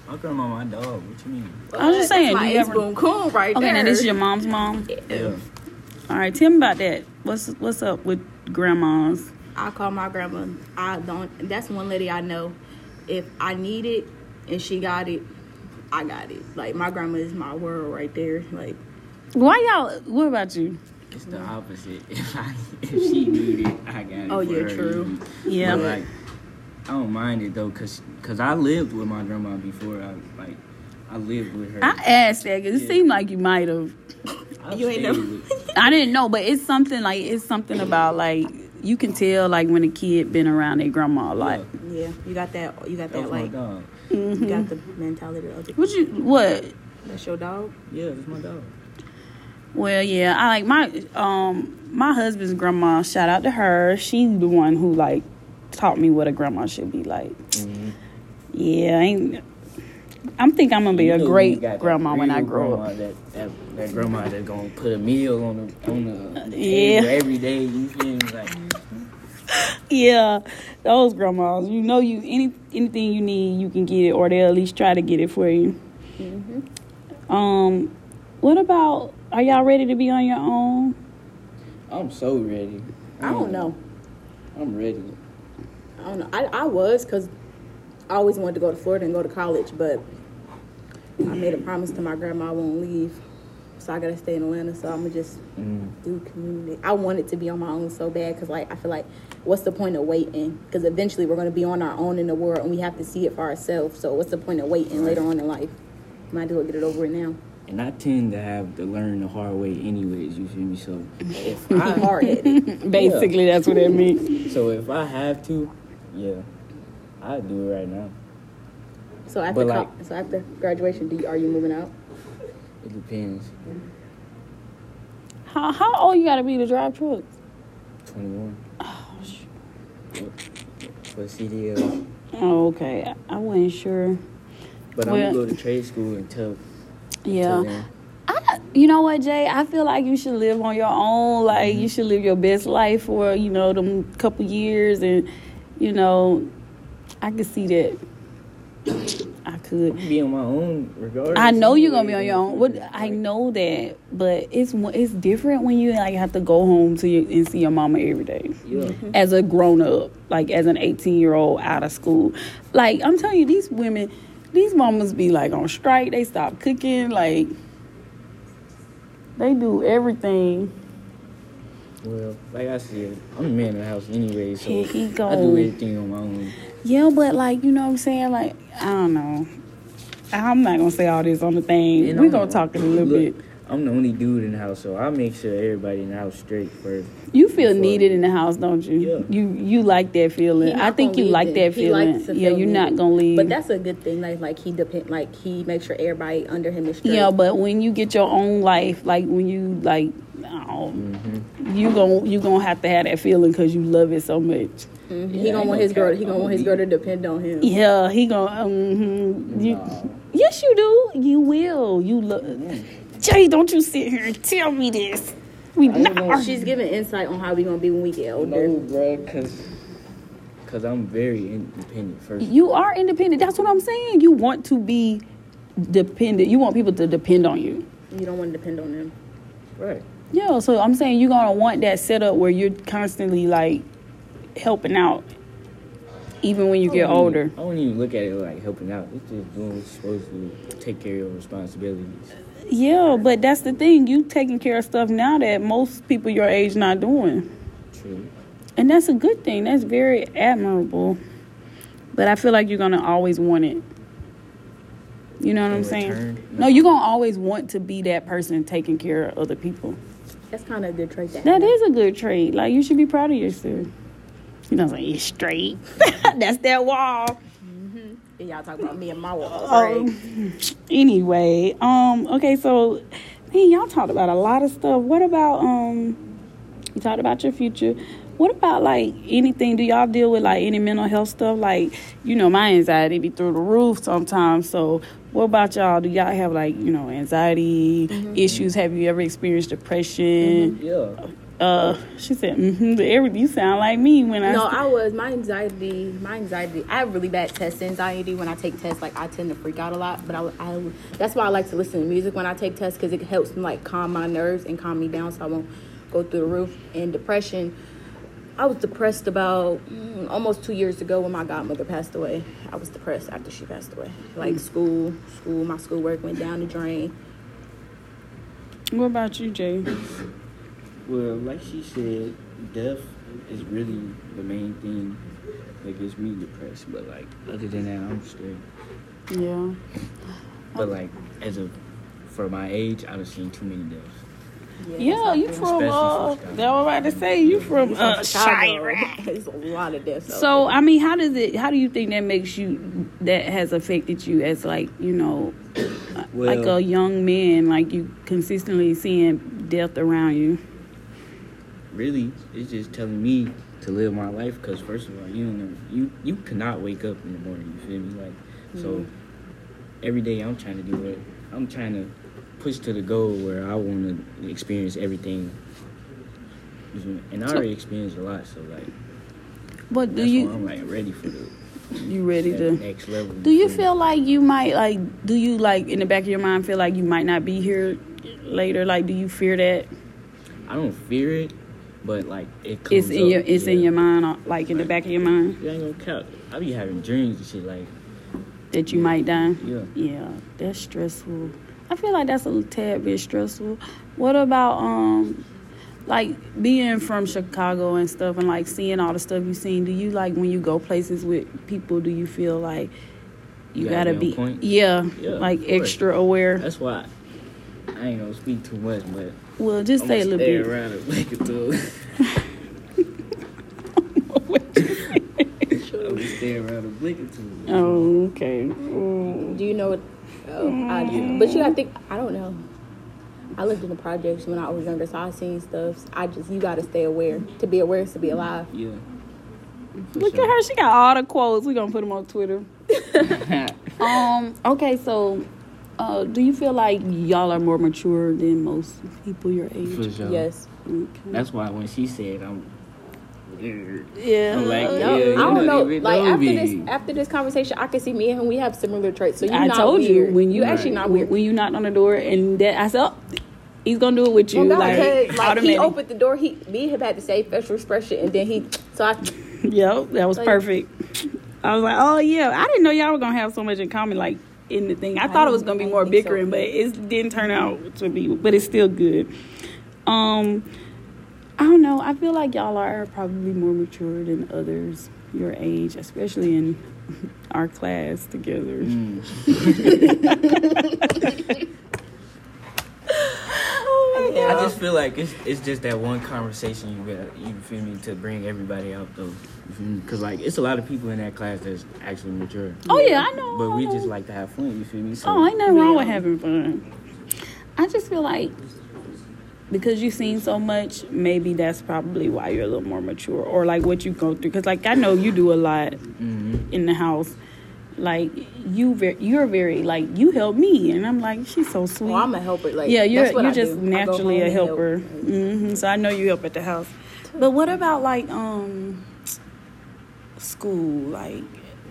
[SPEAKER 3] My grandma, my dog. What you mean?
[SPEAKER 1] I was just
[SPEAKER 4] That's
[SPEAKER 1] saying,
[SPEAKER 4] my
[SPEAKER 1] do you
[SPEAKER 4] ace
[SPEAKER 1] ever-
[SPEAKER 4] boom coon right
[SPEAKER 1] Okay,
[SPEAKER 4] there.
[SPEAKER 1] now this is your mom's mom.
[SPEAKER 3] Yeah.
[SPEAKER 1] All right, tell me about that. What's what's up with grandmas?
[SPEAKER 4] I call my grandma. I don't. That's one lady I know. If I need it and she got it, I got it. Like my grandma is my world right there. Like
[SPEAKER 1] Why y'all? What about you?
[SPEAKER 3] It's the opposite. If I if she need it, I got it.
[SPEAKER 4] Oh,
[SPEAKER 3] for
[SPEAKER 4] yeah,
[SPEAKER 3] her.
[SPEAKER 4] true.
[SPEAKER 1] Yeah.
[SPEAKER 3] But like, I don't mind it though, cause 'cause I lived with my grandma before. I like, I lived with her.
[SPEAKER 1] I asked that because it
[SPEAKER 3] Yeah.
[SPEAKER 1] seemed like you might have.
[SPEAKER 3] I
[SPEAKER 4] you ain't
[SPEAKER 3] stayed
[SPEAKER 4] never-
[SPEAKER 3] with-
[SPEAKER 1] I didn't know, but it's something like it's something about like you can tell like when a kid been around their grandma a lot.
[SPEAKER 4] yeah, you got that. You
[SPEAKER 3] that
[SPEAKER 4] got that.
[SPEAKER 3] was my
[SPEAKER 4] like
[SPEAKER 3] dog.
[SPEAKER 4] you got the mentality of the,
[SPEAKER 1] What you what?
[SPEAKER 4] that's your dog.
[SPEAKER 3] Yeah, it was my dog.
[SPEAKER 1] Well, yeah, I like my um my husband's grandma. Shout out to her. She's the one who like taught me what a grandma should be like. Yeah, I ain't. I'm think I'm gonna be
[SPEAKER 3] You
[SPEAKER 1] a
[SPEAKER 3] know you
[SPEAKER 1] great
[SPEAKER 3] got that
[SPEAKER 1] grandma when I
[SPEAKER 3] real
[SPEAKER 1] grow
[SPEAKER 3] grandma
[SPEAKER 1] up.
[SPEAKER 3] That, that, that grandma that's gonna put a meal on the on the table
[SPEAKER 1] Uh, Yeah.
[SPEAKER 3] every day. You feel me? Like
[SPEAKER 1] Yeah, those grandmas. You know, you any anything you need, you can get it, or they'll at least try to get it for you.
[SPEAKER 3] Mm-hmm.
[SPEAKER 1] Um, what about? Are y'all ready to be on your own?
[SPEAKER 3] I'm so ready.
[SPEAKER 4] I don't know.
[SPEAKER 3] I'm ready.
[SPEAKER 4] I don't know. I, I was because I always wanted to go to Florida and go to college, but I made a promise to my grandma I won't leave. So I gotta stay in Atlanta. So I'm gonna just do community. I wanted to be on my own so bad because like I feel like what's the point of waiting? Because eventually we're gonna be on our own in the world and we have to see it for ourselves. So what's the point of waiting later on in life? Might as well get it over with now.
[SPEAKER 3] And I tend to have to learn the hard way, anyways. You feel me? So if
[SPEAKER 4] Be hard at it.
[SPEAKER 1] Basically, that's what it means.
[SPEAKER 3] so if I have to, yeah, I do it right now.
[SPEAKER 4] So after
[SPEAKER 3] But,
[SPEAKER 4] co-
[SPEAKER 3] like-
[SPEAKER 4] so after graduation, do you, are you moving out?
[SPEAKER 3] It depends.
[SPEAKER 1] How how old you gotta be to drive trucks?
[SPEAKER 3] Twenty one.
[SPEAKER 1] Oh,
[SPEAKER 3] For CDL,
[SPEAKER 1] Oh, okay. I- I wasn't sure.
[SPEAKER 3] but
[SPEAKER 1] Well-
[SPEAKER 3] I'm gonna go to trade school until
[SPEAKER 1] Yeah.
[SPEAKER 3] till then.
[SPEAKER 1] I, you know what, Jay? I feel like you should live on your own. Like you should live your best life for you know them couple years, and you know, I could see that. I could.
[SPEAKER 3] be on my own regardless.
[SPEAKER 1] I know you're gonna be on
[SPEAKER 3] anyway.
[SPEAKER 1] your own. What I know that, but it's one- it's different when you like have to go home to your, and see your mama every day.
[SPEAKER 3] Yeah.
[SPEAKER 1] As a grown up, like as an 18 year old out of school, like I'm telling you, these women, these mamas be like on strike. They stop cooking. Like they do everything.
[SPEAKER 3] Well, like I said, I'm a man in the house anyway, so
[SPEAKER 1] Here he
[SPEAKER 3] I
[SPEAKER 1] go.
[SPEAKER 3] do everything on my own.
[SPEAKER 1] Yeah, but like you know what I'm saying. Like I don't know. I'm not gonna say all this on the thing.
[SPEAKER 3] And
[SPEAKER 1] we
[SPEAKER 3] I'm
[SPEAKER 1] gonna
[SPEAKER 3] the-
[SPEAKER 1] talk in a little
[SPEAKER 3] look,
[SPEAKER 1] bit.
[SPEAKER 3] I'm the only dude in the house, so I make sure everybody in the house straight first.
[SPEAKER 1] You feel
[SPEAKER 3] Before-
[SPEAKER 1] needed in the house, don't you?
[SPEAKER 3] Yeah.
[SPEAKER 1] You you like that
[SPEAKER 4] He
[SPEAKER 1] feeling.
[SPEAKER 4] not
[SPEAKER 1] I think you
[SPEAKER 4] gonna
[SPEAKER 1] like
[SPEAKER 4] leave
[SPEAKER 1] that
[SPEAKER 4] it. He likes
[SPEAKER 1] feeling.
[SPEAKER 4] to
[SPEAKER 1] yeah,
[SPEAKER 4] feel
[SPEAKER 1] you're not
[SPEAKER 4] needed.
[SPEAKER 1] gonna leave.
[SPEAKER 4] But that's a good thing. Like like he depend like he makes sure everybody under him is straight.
[SPEAKER 1] yeah, but when you get your own life, like when you like, oh,
[SPEAKER 4] Mm-hmm.
[SPEAKER 1] you gon' you gonna have to have that feeling because you love it so much.
[SPEAKER 4] Mhm.
[SPEAKER 3] Yeah,
[SPEAKER 4] he gonna
[SPEAKER 3] ain't
[SPEAKER 4] want
[SPEAKER 3] no
[SPEAKER 4] his girl.
[SPEAKER 3] cap.
[SPEAKER 4] He
[SPEAKER 3] I'ma
[SPEAKER 4] gonna want his
[SPEAKER 3] leave.
[SPEAKER 4] girl to depend on him.
[SPEAKER 1] Yeah, he gonna. mhm. you,
[SPEAKER 3] No.
[SPEAKER 1] Yes, you do. You will. You love. Jay, don't you sit here and tell me this. We
[SPEAKER 3] I ain't
[SPEAKER 1] not.
[SPEAKER 3] gonna-
[SPEAKER 4] She's giving insight on how we gonna be when we get older.
[SPEAKER 3] No, bro, cause, cause I'm very independent first.
[SPEAKER 1] You are independent. That's what I'm saying. You want to be dependent. You want people to depend on you.
[SPEAKER 4] You don't want to depend on them.
[SPEAKER 3] Right.
[SPEAKER 1] Yeah, so I'm saying you're gonna want that setup where you're constantly like helping out, even when you
[SPEAKER 3] I
[SPEAKER 1] get
[SPEAKER 3] don't
[SPEAKER 1] older.
[SPEAKER 3] even- I don't even look at it like helping out. It's just doing what you're supposed to do. Take care of your responsibilities.
[SPEAKER 1] Yeah, but that's the thing. You taking care of stuff now that most people your age not doing,
[SPEAKER 3] True.
[SPEAKER 1] and that's a good thing. That's very admirable. But I feel like you're gonna always want it. You know what
[SPEAKER 3] In
[SPEAKER 1] I'm saying?
[SPEAKER 3] return?
[SPEAKER 1] No, you're gonna always want to be that person taking care of other people.
[SPEAKER 4] That's kind of a good trait. That,
[SPEAKER 1] That is a good trait. Like you should be proud of yourself. You know, what I'm saying? it's straight. That's that wall.
[SPEAKER 4] And y'all talk about me and my wall.
[SPEAKER 1] Oh.
[SPEAKER 4] Right?
[SPEAKER 1] Anyway, um, okay, so man, y'all talked about a lot of stuff. What about um, you talked about your future. What about like anything? Do y'all deal with like any mental health stuff? Like, you know, my anxiety be through the roof sometimes. So, what about y'all? Do y'all have like you know anxiety
[SPEAKER 4] Mm-hmm.
[SPEAKER 1] issues? Have you ever experienced depression?
[SPEAKER 3] Yeah.
[SPEAKER 1] Uh, she said, mm-hmm, every, you sound like me when I
[SPEAKER 4] No, I was my anxiety. My anxiety. I have really bad test anxiety. When I take tests, like I tend to freak out a lot. But I, I that's why I like to listen to music when I take tests because it helps me like calm my nerves and calm me down so I won't go through the roof. And depression. I was depressed about mm, almost two years ago when my godmother passed away. I was depressed after she passed away.
[SPEAKER 1] Mm.
[SPEAKER 4] Like school, school, my schoolwork went down the drain.
[SPEAKER 1] What about you, Jay?
[SPEAKER 3] Well, like she said, death is really the main thing that gets me depressed. But like, other than that, I'm straight.
[SPEAKER 1] Yeah.
[SPEAKER 3] But like, as a for my age, I've seen too many deaths.
[SPEAKER 1] Yeah, you from
[SPEAKER 3] Especially
[SPEAKER 1] uh
[SPEAKER 3] from Chicago.
[SPEAKER 1] that's what I'm about to say, you from uh Chirac.
[SPEAKER 4] It's a lot of deaths.
[SPEAKER 1] So I mean how does it how do you think that makes you that has affected you as like, you know like
[SPEAKER 3] Well-
[SPEAKER 1] a young man, like you consistently seeing death around you.
[SPEAKER 3] Really, it's just telling me to live my life. Cause first of all, you don't know, you you cannot wake up in the morning. You feel me? Like, so
[SPEAKER 1] Mm-hmm.
[SPEAKER 3] every day I'm trying to do it. I'm trying to push to the goal where I want to experience everything. And I already experienced a lot, so like.
[SPEAKER 1] But do
[SPEAKER 3] That's
[SPEAKER 1] you
[SPEAKER 3] why I'm like ready for the
[SPEAKER 1] you ready
[SPEAKER 3] that
[SPEAKER 1] to
[SPEAKER 3] next level.
[SPEAKER 1] do you
[SPEAKER 3] feel
[SPEAKER 1] feel like you might like do you like in the back of your mind feel like you might not be here later? Like do you fear that?
[SPEAKER 3] I don't fear it, but like it comes
[SPEAKER 1] It's in your
[SPEAKER 3] up,
[SPEAKER 1] it's in
[SPEAKER 3] yeah.
[SPEAKER 1] your mind uh, like in the back of your mind
[SPEAKER 3] You ain't gonna count. I be having dreams and shit like
[SPEAKER 1] that you might die?
[SPEAKER 3] yeah.
[SPEAKER 1] Yeah, that's stressful. I feel like that's a tad bit stressful. What about um like being from Chicago and stuff and like seeing all the stuff you've seen, do you like when you go places with people, do you feel like you,
[SPEAKER 3] You
[SPEAKER 1] gotta,
[SPEAKER 3] gotta be on
[SPEAKER 1] be,
[SPEAKER 3] point?
[SPEAKER 1] Yeah,
[SPEAKER 3] Yeah,
[SPEAKER 1] like
[SPEAKER 3] of course.
[SPEAKER 1] extra aware.
[SPEAKER 3] That's why I ain't gonna speak too much, but
[SPEAKER 1] well just
[SPEAKER 3] I'm
[SPEAKER 1] say a
[SPEAKER 3] gonna
[SPEAKER 1] little
[SPEAKER 3] stay
[SPEAKER 1] bit.
[SPEAKER 3] around and make it through. I'm just stay around and blink it to it.
[SPEAKER 1] Oh, okay. Mm.
[SPEAKER 4] Do you know what? Oh, I do. But you gotta think. I don't know. I lived in the projects when I was younger, so I seen stuff. I just you gotta stay aware. To be aware is to be alive.
[SPEAKER 3] Yeah. For
[SPEAKER 1] Look
[SPEAKER 3] sure.
[SPEAKER 1] at her. She got all the quotes. We're going to put them on Twitter. um, okay, so uh, do you feel like y'all are more mature than most people your age?
[SPEAKER 3] For sure.
[SPEAKER 4] Yes.
[SPEAKER 1] Okay.
[SPEAKER 3] That's why when she said I'm weird.
[SPEAKER 1] Yeah.
[SPEAKER 3] I'm like,
[SPEAKER 4] Yo,
[SPEAKER 3] yeah,
[SPEAKER 4] I don't
[SPEAKER 3] you're
[SPEAKER 4] know.
[SPEAKER 3] not even
[SPEAKER 4] Like after
[SPEAKER 3] Dobie.
[SPEAKER 4] this, after this conversation, I can see me and him. We have similar traits. So you're
[SPEAKER 1] I
[SPEAKER 4] not
[SPEAKER 1] told
[SPEAKER 4] weird.
[SPEAKER 1] you when you
[SPEAKER 4] actually not weird.
[SPEAKER 1] when you knocked on the door and that I said oh, he's gonna do it with you
[SPEAKER 4] Well, God,
[SPEAKER 1] like,
[SPEAKER 4] cause, like he
[SPEAKER 1] automatic.
[SPEAKER 4] opened the door. He me and him had the same facial expression, and then he so I
[SPEAKER 1] Yep, that was
[SPEAKER 4] Like-
[SPEAKER 1] perfect. I was like, oh yeah, I didn't know y'all were gonna have so much in common. Like in the thing, I,
[SPEAKER 4] I
[SPEAKER 1] thought it was
[SPEAKER 4] didn't-
[SPEAKER 1] gonna be
[SPEAKER 4] I
[SPEAKER 1] more
[SPEAKER 4] didn't think so.
[SPEAKER 1] bickering, but it didn't turn out to be. But it's still good. Um, I don't know. I feel like y'all are probably more mature than others your age, especially in our class together.
[SPEAKER 3] Mm.
[SPEAKER 1] Oh
[SPEAKER 3] I just feel like it's it's just that one conversation you got, you feel me, to bring everybody out though. You feel me? Cause like it's a lot of people in that class that's actually mature.
[SPEAKER 1] Oh yeah, I know.
[SPEAKER 3] But we
[SPEAKER 1] I know.
[SPEAKER 3] just like to have fun. You feel me? So
[SPEAKER 1] Oh, ain't nothing wrong with having fun. I just feel like because you've seen so much, maybe that's probably why you're a little more mature or like what you go through. Because like I know you do a lot
[SPEAKER 3] Mhm.
[SPEAKER 1] in the house. Like you, ver- you're very like you help me, and I'm like she's so sweet.
[SPEAKER 4] well, I'm a helper. Like
[SPEAKER 1] yeah, you're
[SPEAKER 4] that's what
[SPEAKER 1] you're
[SPEAKER 4] I
[SPEAKER 1] just
[SPEAKER 4] do. I go
[SPEAKER 1] naturally
[SPEAKER 4] home
[SPEAKER 1] a
[SPEAKER 4] and help.
[SPEAKER 1] helper. hmm So I know you help at the house. But what about like um school? Like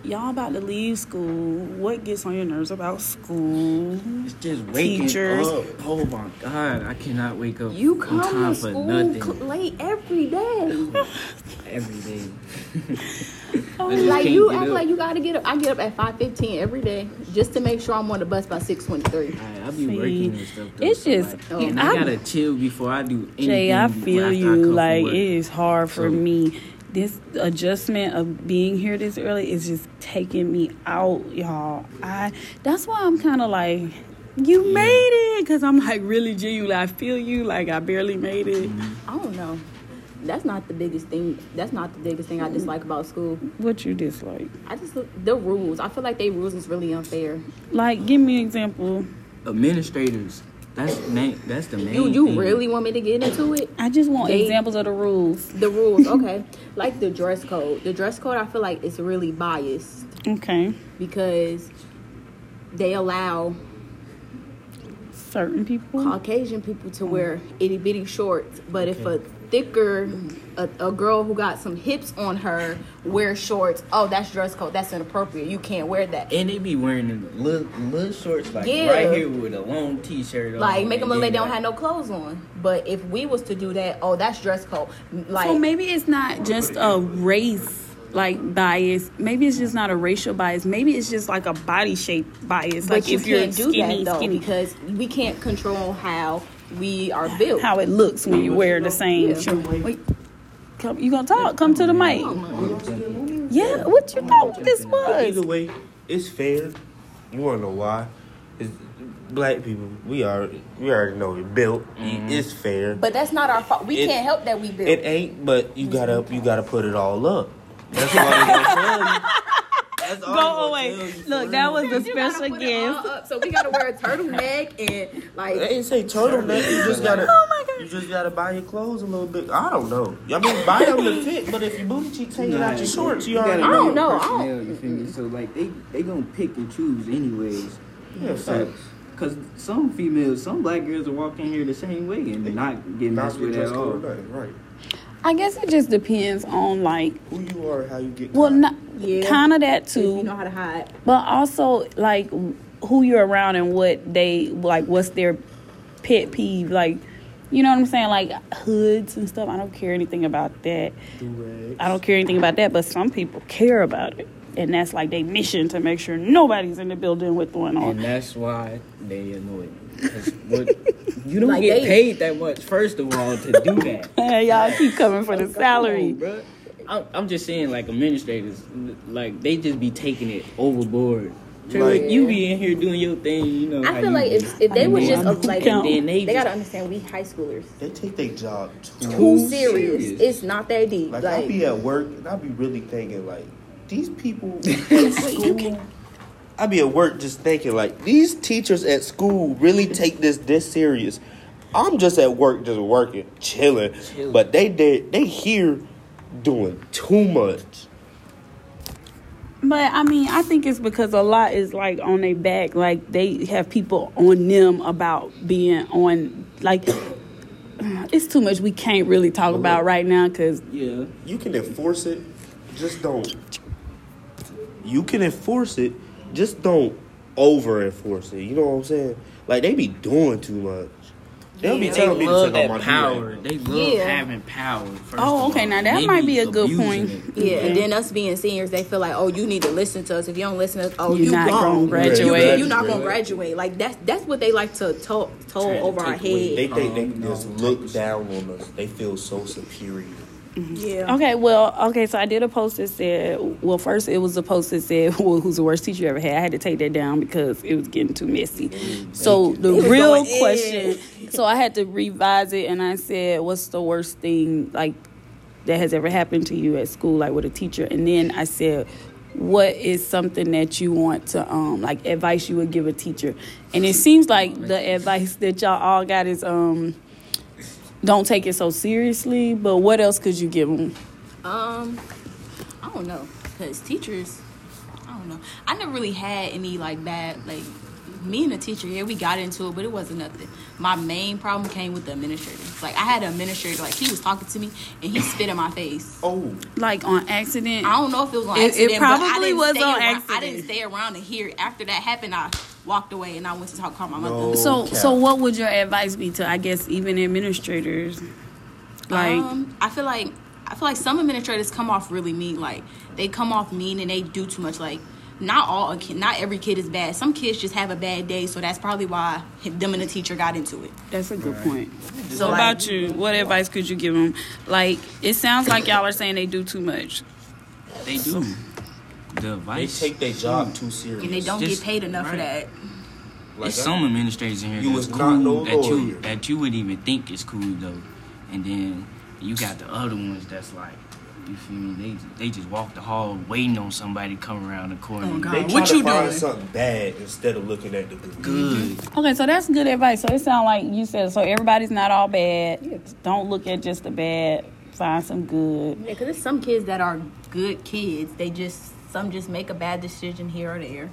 [SPEAKER 1] y'all about to leave school. What gets on your nerves about school?
[SPEAKER 3] It's just waking
[SPEAKER 1] Teachers.
[SPEAKER 3] up. Oh my god, I cannot wake up.
[SPEAKER 4] You
[SPEAKER 3] on
[SPEAKER 4] come
[SPEAKER 3] time
[SPEAKER 4] to
[SPEAKER 3] for
[SPEAKER 4] school
[SPEAKER 3] nothing
[SPEAKER 4] cl- late every day.
[SPEAKER 3] every day. I just
[SPEAKER 4] Like
[SPEAKER 3] can't
[SPEAKER 4] you
[SPEAKER 3] get
[SPEAKER 4] act
[SPEAKER 3] up.
[SPEAKER 4] like you gotta get up. I get up at five fifteen every day just to make sure I'm on the bus by six twenty three.
[SPEAKER 3] I, I be
[SPEAKER 1] See,
[SPEAKER 3] working and stuff. Though,
[SPEAKER 1] it's
[SPEAKER 3] so,
[SPEAKER 1] just-
[SPEAKER 3] like,
[SPEAKER 4] oh,
[SPEAKER 3] and
[SPEAKER 1] I-
[SPEAKER 3] I gotta chill before I do anything.
[SPEAKER 1] Jay, I feel
[SPEAKER 3] after
[SPEAKER 1] you.
[SPEAKER 3] I come from
[SPEAKER 1] like
[SPEAKER 3] work.
[SPEAKER 1] it is hard for
[SPEAKER 3] So-
[SPEAKER 1] me. This adjustment of being here this early is just taking me out, y'all. I that's why I'm kind of like, you made it, cause I'm like really genuinely. I feel you. Like I barely made it.
[SPEAKER 4] I don't know. That's not the biggest thing. That's not the biggest thing I dislike about school.
[SPEAKER 1] What you dislike?
[SPEAKER 4] I just the rules. I feel like they rules is really unfair.
[SPEAKER 1] Like, give me an example.
[SPEAKER 3] administrators. That's main, that's the main.
[SPEAKER 4] You you
[SPEAKER 3] thing.
[SPEAKER 4] really want me to get into it?
[SPEAKER 1] I just want
[SPEAKER 4] They-
[SPEAKER 1] examples of the rules.
[SPEAKER 4] The rules, okay. like the dress code. The dress code I feel like is really biased
[SPEAKER 1] Okay.
[SPEAKER 4] because they allow
[SPEAKER 1] Certain people.
[SPEAKER 4] Caucasian people
[SPEAKER 1] Mm.
[SPEAKER 4] to wear itty bitty shorts, but if a thicker, a, a girl who got some hips on her wears shorts, oh, that's dress code. That's inappropriate. You can't wear that.
[SPEAKER 3] And they be wearing them little, little shorts like
[SPEAKER 4] Yeah.
[SPEAKER 3] right here with a long t-shirt on.
[SPEAKER 4] Like make them
[SPEAKER 3] and
[SPEAKER 4] look like they
[SPEAKER 3] then,
[SPEAKER 4] don't have no clothes on. But if we was to do that, oh, that's dress code. Like
[SPEAKER 1] so maybe it's not just a race like bias. Maybe it's just not a racial bias. Maybe it's just like a body shape bias.
[SPEAKER 4] But
[SPEAKER 1] like
[SPEAKER 4] you
[SPEAKER 1] if you're
[SPEAKER 4] can't do
[SPEAKER 1] skinny,
[SPEAKER 4] that though
[SPEAKER 1] skinny,
[SPEAKER 4] because we can't control how we are built.
[SPEAKER 1] how it looks when you wear the same
[SPEAKER 4] Yeah.
[SPEAKER 1] shirt. Wait, come, you gonna talk? Come to the mic. Yeah, what you thought this
[SPEAKER 6] Either
[SPEAKER 1] was?
[SPEAKER 6] way, it's fair. You wanna know why? It's black people. We are. We already know it built.
[SPEAKER 1] Mm-hmm.
[SPEAKER 6] It's fair.
[SPEAKER 4] but that's not our fault. We
[SPEAKER 6] It-
[SPEAKER 4] can't help that we built.
[SPEAKER 6] it ain't. But you gotta. You gotta put it all up. That's all they gonna tell you. That's all
[SPEAKER 1] Go
[SPEAKER 6] they gonna
[SPEAKER 1] away.
[SPEAKER 6] tell you.
[SPEAKER 1] Look, that was a
[SPEAKER 4] You gotta
[SPEAKER 1] special
[SPEAKER 4] put it all
[SPEAKER 1] gift.
[SPEAKER 4] up, So we gotta wear a turtleneck and
[SPEAKER 6] They
[SPEAKER 4] like
[SPEAKER 6] ain't say turtleneck. You just gotta.
[SPEAKER 1] Oh
[SPEAKER 6] You just gotta buy your clothes a little bit. I don't know. I mean, buy them to fit. But if your booty cheeks hanging out your shorts, you already
[SPEAKER 4] I
[SPEAKER 6] know.
[SPEAKER 4] don't know. I
[SPEAKER 5] personnel, You feel me? So like they they gonna pick and choose anyways.
[SPEAKER 6] Yeah,
[SPEAKER 5] So,
[SPEAKER 6] facts.
[SPEAKER 5] Cause some females, some black girls are walking here the same way and not getting
[SPEAKER 6] Not
[SPEAKER 5] messed
[SPEAKER 6] your
[SPEAKER 5] with
[SPEAKER 6] dress
[SPEAKER 5] at all.
[SPEAKER 6] code, nothing, right?
[SPEAKER 1] I guess it just depends on like,
[SPEAKER 6] Who you are, how you get.
[SPEAKER 1] well,
[SPEAKER 6] caught.
[SPEAKER 1] not
[SPEAKER 4] Yeah.
[SPEAKER 1] kind of that too.
[SPEAKER 4] you know how to hide.
[SPEAKER 1] but also like who you're around and what they like what's their pet peeve like you know what i'm saying like hoods and stuff i don't care anything about that i don't care anything about that but some people care about it and that's like their mission to make sure nobody's in the building with one
[SPEAKER 3] And
[SPEAKER 1] on
[SPEAKER 3] that's why they annoy me. 'Cause What, you don't
[SPEAKER 4] Like
[SPEAKER 3] get
[SPEAKER 4] they-
[SPEAKER 3] paid that much, first of all, to do that.
[SPEAKER 1] Hey, y'all keep coming for the
[SPEAKER 3] Come
[SPEAKER 1] salary
[SPEAKER 3] on, bruh. I'm, I'm just saying, like administrators, like they just be taking it overboard. Trey,
[SPEAKER 6] Like-
[SPEAKER 3] you be in here doing your thing, you know. how
[SPEAKER 4] I feel
[SPEAKER 3] you
[SPEAKER 4] like
[SPEAKER 3] do.
[SPEAKER 4] if, if they was just a,
[SPEAKER 1] Count.
[SPEAKER 4] like
[SPEAKER 1] Count.
[SPEAKER 4] they,
[SPEAKER 3] Then they just-
[SPEAKER 4] gotta understand we high schoolers.
[SPEAKER 6] They take their job too,
[SPEAKER 4] Too serious.
[SPEAKER 6] serious.
[SPEAKER 4] It's not that deep.
[SPEAKER 6] Like,
[SPEAKER 4] Like,
[SPEAKER 6] I'll be at work and I'll be really thinking like these people at school. I'll be at work just thinking like these teachers at school really take this this serious. I'm just at work, just working, chilling, but they did they here doing too much.
[SPEAKER 1] But I mean, I think it's because a lot is like on their back. Like they have people on them about being on. Like It's too much we can't really talk about right now because
[SPEAKER 5] Yeah.
[SPEAKER 6] You can enforce it, just don't. You can enforce it, just don't over enforce it. You know what I'm saying? Like they be doing too much. They'll be
[SPEAKER 4] Yeah.
[SPEAKER 6] telling
[SPEAKER 3] they
[SPEAKER 6] me to
[SPEAKER 3] love
[SPEAKER 6] take
[SPEAKER 3] that
[SPEAKER 6] on my
[SPEAKER 3] power. They love
[SPEAKER 4] Yeah.
[SPEAKER 3] having power. First
[SPEAKER 1] Oh,
[SPEAKER 3] of
[SPEAKER 1] okay,
[SPEAKER 3] all.
[SPEAKER 1] now that
[SPEAKER 3] They
[SPEAKER 1] might be a good
[SPEAKER 3] abusing
[SPEAKER 1] point.
[SPEAKER 3] it.
[SPEAKER 4] Yeah, and then us being seniors, they feel like, oh, you need to listen to us. If you don't listen to us, oh,
[SPEAKER 1] You're
[SPEAKER 4] you
[SPEAKER 1] not
[SPEAKER 4] wrong.
[SPEAKER 1] gonna
[SPEAKER 4] You-
[SPEAKER 1] graduate.
[SPEAKER 4] You're not gonna graduate. Like that's that's what they like to toll toll
[SPEAKER 3] Trying to
[SPEAKER 4] over our
[SPEAKER 3] take away.
[SPEAKER 6] They
[SPEAKER 4] head.
[SPEAKER 6] think they can
[SPEAKER 3] Um,
[SPEAKER 6] just look down on us. They feel so superior.
[SPEAKER 4] Yeah.
[SPEAKER 1] Okay, well, okay, so I did a post that said, well, first it was a post that said, well, who's the worst teacher you ever had? I had to take that down because it was getting too messy. So the
[SPEAKER 4] was
[SPEAKER 1] real
[SPEAKER 4] going in.
[SPEAKER 1] question, so I had to revise it and I said, what's the worst thing like that has ever happened to you at school, like with a teacher? And then I said, what is something that you want to um like advice you would give a teacher? And it seems like the advice that y'all all got is um don't take it so seriously, but what else could you give them?
[SPEAKER 4] Um, I don't know, cause teachers, I don't know. I never really had any like bad like me and a teacher. Yeah, we got into it, but it wasn't nothing. My main problem came with the administrator. Like I had an administrator, like he was talking to me and he spit in my face.
[SPEAKER 6] Oh,
[SPEAKER 1] like on accident.
[SPEAKER 4] I don't know if it was on
[SPEAKER 1] It- it
[SPEAKER 4] accident. but I
[SPEAKER 1] probably
[SPEAKER 4] didn't
[SPEAKER 1] was
[SPEAKER 4] stay
[SPEAKER 1] on
[SPEAKER 4] around, I
[SPEAKER 1] accident.
[SPEAKER 4] didn't stay around to hear. it. After that happened, I walked away and I went to talk call my mother.
[SPEAKER 6] No.
[SPEAKER 1] so
[SPEAKER 6] Okay.
[SPEAKER 1] so what would your advice be to I guess even administrators? Like
[SPEAKER 4] um, I feel like I feel like some administrators come off really mean. Like they come off mean and they do too much. Like not all a kid, not every kid is bad. Some kids just have a bad day, so that's probably why them and the teacher got into it.
[SPEAKER 1] that's a good point. So
[SPEAKER 4] So, like-
[SPEAKER 1] about you, what advice could you give them? Like it sounds like y'all are saying they do too much.
[SPEAKER 3] They do. The
[SPEAKER 6] they
[SPEAKER 3] advice.
[SPEAKER 6] take their job too serious.
[SPEAKER 4] And they don't
[SPEAKER 3] Just-
[SPEAKER 4] get paid enough for
[SPEAKER 3] right.
[SPEAKER 4] that.
[SPEAKER 6] Like, uh,
[SPEAKER 3] it's some administrators in here
[SPEAKER 6] You
[SPEAKER 3] that's
[SPEAKER 6] was not
[SPEAKER 3] cool
[SPEAKER 6] no
[SPEAKER 3] that you
[SPEAKER 6] lawyer.
[SPEAKER 3] that you wouldn't even think is cool though, and then you got the other ones that's like, you feel me? They they just walk the hall waiting on somebody to come around the corner.
[SPEAKER 4] Oh, God.
[SPEAKER 6] They try
[SPEAKER 4] What
[SPEAKER 6] to
[SPEAKER 4] you
[SPEAKER 6] find
[SPEAKER 4] doing?
[SPEAKER 6] something bad instead of looking at the good.
[SPEAKER 3] Good.
[SPEAKER 1] Okay, so that's good advice. So it sounds like you said so everybody's not all bad. Don't look at just the bad. Find some good.
[SPEAKER 4] Yeah, cause there's some kids that are good kids. They just some just make a bad decision here or there.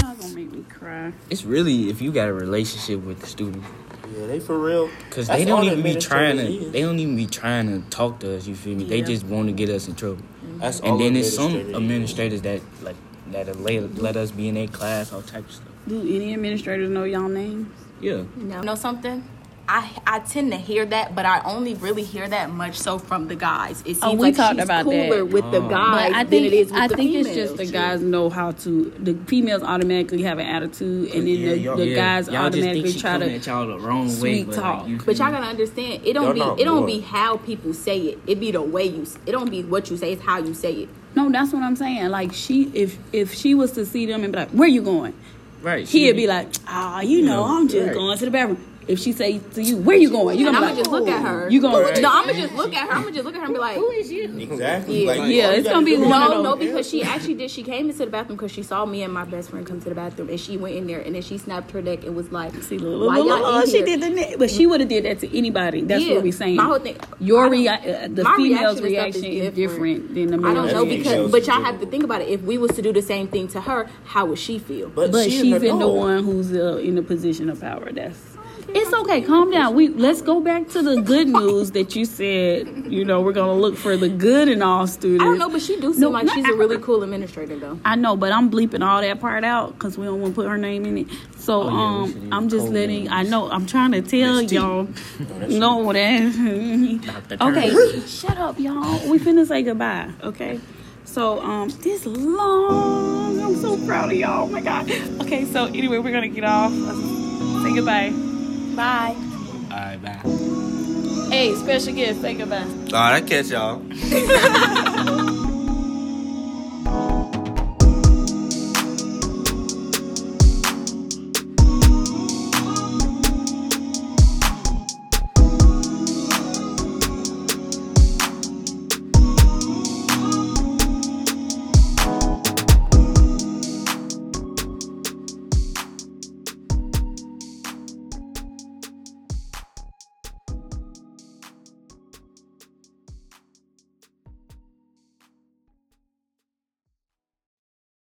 [SPEAKER 1] Y'all gonna make me cry.
[SPEAKER 3] It's really if you got a relationship with the student.
[SPEAKER 6] Yeah, they for real.
[SPEAKER 3] Cause
[SPEAKER 6] That's
[SPEAKER 3] they don't
[SPEAKER 6] all
[SPEAKER 3] even be trying to.
[SPEAKER 6] administrators is.
[SPEAKER 3] They don't even be trying to talk to us. You feel me? They
[SPEAKER 4] Yeah.
[SPEAKER 3] just want to get us in trouble.
[SPEAKER 6] That's all
[SPEAKER 3] And then there's some
[SPEAKER 6] administrators
[SPEAKER 3] administrators
[SPEAKER 6] is.
[SPEAKER 3] that like that let, let us be in their class, all type of stuff.
[SPEAKER 1] Do any administrators know y'all names?
[SPEAKER 3] Yeah.
[SPEAKER 4] No. Know something? I I tend to hear that, but I only really hear that much so from the guys. It seems
[SPEAKER 1] Oh, we
[SPEAKER 4] like
[SPEAKER 1] talked
[SPEAKER 4] she's
[SPEAKER 1] about that.
[SPEAKER 4] cooler with the
[SPEAKER 3] Oh.
[SPEAKER 4] guys
[SPEAKER 1] But Uh, I
[SPEAKER 4] than
[SPEAKER 1] think
[SPEAKER 4] it is with
[SPEAKER 1] I
[SPEAKER 4] the
[SPEAKER 1] think it's
[SPEAKER 4] females.
[SPEAKER 1] just the guys know how to. The females automatically have an attitude, and then
[SPEAKER 6] Yeah, y'all-
[SPEAKER 1] the, the
[SPEAKER 6] yeah.
[SPEAKER 1] guys
[SPEAKER 3] y'all just think
[SPEAKER 1] automatically
[SPEAKER 3] she
[SPEAKER 1] try
[SPEAKER 3] coming
[SPEAKER 1] to.
[SPEAKER 3] at y'all the wrong way,
[SPEAKER 1] sweet
[SPEAKER 3] but
[SPEAKER 1] talk.
[SPEAKER 3] Like, you
[SPEAKER 4] But
[SPEAKER 3] feel
[SPEAKER 4] y'all
[SPEAKER 3] me?
[SPEAKER 4] gotta understand, it
[SPEAKER 6] Y'all
[SPEAKER 4] don't
[SPEAKER 6] not
[SPEAKER 4] be it don't be
[SPEAKER 6] one.
[SPEAKER 4] how people say it. It be the way you. s- It don't be what you say. It's how you say it.
[SPEAKER 1] No, that's what I'm saying. Like she, if if she was to see them and be like, "Where you going?"
[SPEAKER 3] right. she-
[SPEAKER 1] He'd be like, "Ah, you know, I'm just
[SPEAKER 3] right.
[SPEAKER 1] going to the bathroom." If she say to you, "Where you going?" You
[SPEAKER 4] And
[SPEAKER 1] gonna
[SPEAKER 4] I'm
[SPEAKER 1] be
[SPEAKER 4] gonna
[SPEAKER 1] like,
[SPEAKER 4] just look at her.
[SPEAKER 1] You gonna-
[SPEAKER 4] no? I'm gonna just look at her. I'm gonna just look at her and be like,
[SPEAKER 6] Exactly.
[SPEAKER 4] Yeah.
[SPEAKER 6] Like,
[SPEAKER 1] Yeah,
[SPEAKER 6] all Oh, you
[SPEAKER 1] it's
[SPEAKER 6] gotta
[SPEAKER 1] gonna be
[SPEAKER 6] do is-
[SPEAKER 1] one of
[SPEAKER 4] no,
[SPEAKER 1] those.
[SPEAKER 4] no, because she actually did. She came into the bathroom because she saw me and my best friend come to the bathroom, and she went in there, and then she snapped her neck and was like,
[SPEAKER 1] See, look,
[SPEAKER 4] "Why
[SPEAKER 1] look,
[SPEAKER 4] y'all
[SPEAKER 1] look,
[SPEAKER 4] in
[SPEAKER 1] she
[SPEAKER 4] here?"
[SPEAKER 1] did the net, but she would have did that to anybody. That's
[SPEAKER 4] Yeah,
[SPEAKER 1] what we're saying.
[SPEAKER 4] My whole thing, I
[SPEAKER 1] Your
[SPEAKER 4] don't-
[SPEAKER 1] rea- uh, the
[SPEAKER 4] my
[SPEAKER 1] female's reaction,
[SPEAKER 4] reaction to
[SPEAKER 1] is
[SPEAKER 4] stuff is
[SPEAKER 1] different. than the male.
[SPEAKER 4] I don't know
[SPEAKER 6] Yeah,
[SPEAKER 4] because,
[SPEAKER 6] females
[SPEAKER 4] but
[SPEAKER 6] is
[SPEAKER 4] y'all
[SPEAKER 6] different.
[SPEAKER 4] have to think about it. If we was to do the same thing to her, how would she feel?
[SPEAKER 1] But
[SPEAKER 6] she an
[SPEAKER 1] she's in the
[SPEAKER 6] adult.
[SPEAKER 1] one who's uh, in the position of power. That's it's okay. Calm down. We let's go back to the good news that you said. You know, we're gonna look for the good in all students.
[SPEAKER 4] I don't know, but she do seem
[SPEAKER 1] No,
[SPEAKER 4] like
[SPEAKER 1] not-
[SPEAKER 4] she's a really cool administrator, though.
[SPEAKER 1] I know, but I'm bleeping all that part out because we don't want to put her name in it. So
[SPEAKER 3] Oh, yeah, we should
[SPEAKER 1] um,
[SPEAKER 3] use
[SPEAKER 1] I'm just
[SPEAKER 3] code
[SPEAKER 1] letting.
[SPEAKER 3] names.
[SPEAKER 1] I know. I'm trying to tell
[SPEAKER 3] Miss T.
[SPEAKER 1] y'all. No, that.
[SPEAKER 3] Not the term.
[SPEAKER 1] okay, shut up, y'all. We finna say goodbye. Okay. So um, this long. I'm so proud of y'all. Oh my god. Okay. So anyway, we're gonna get off. Say goodbye. Bye.
[SPEAKER 3] All right, bye.
[SPEAKER 1] Hey, special guest. Say goodbye.
[SPEAKER 6] All right, I catch y'all.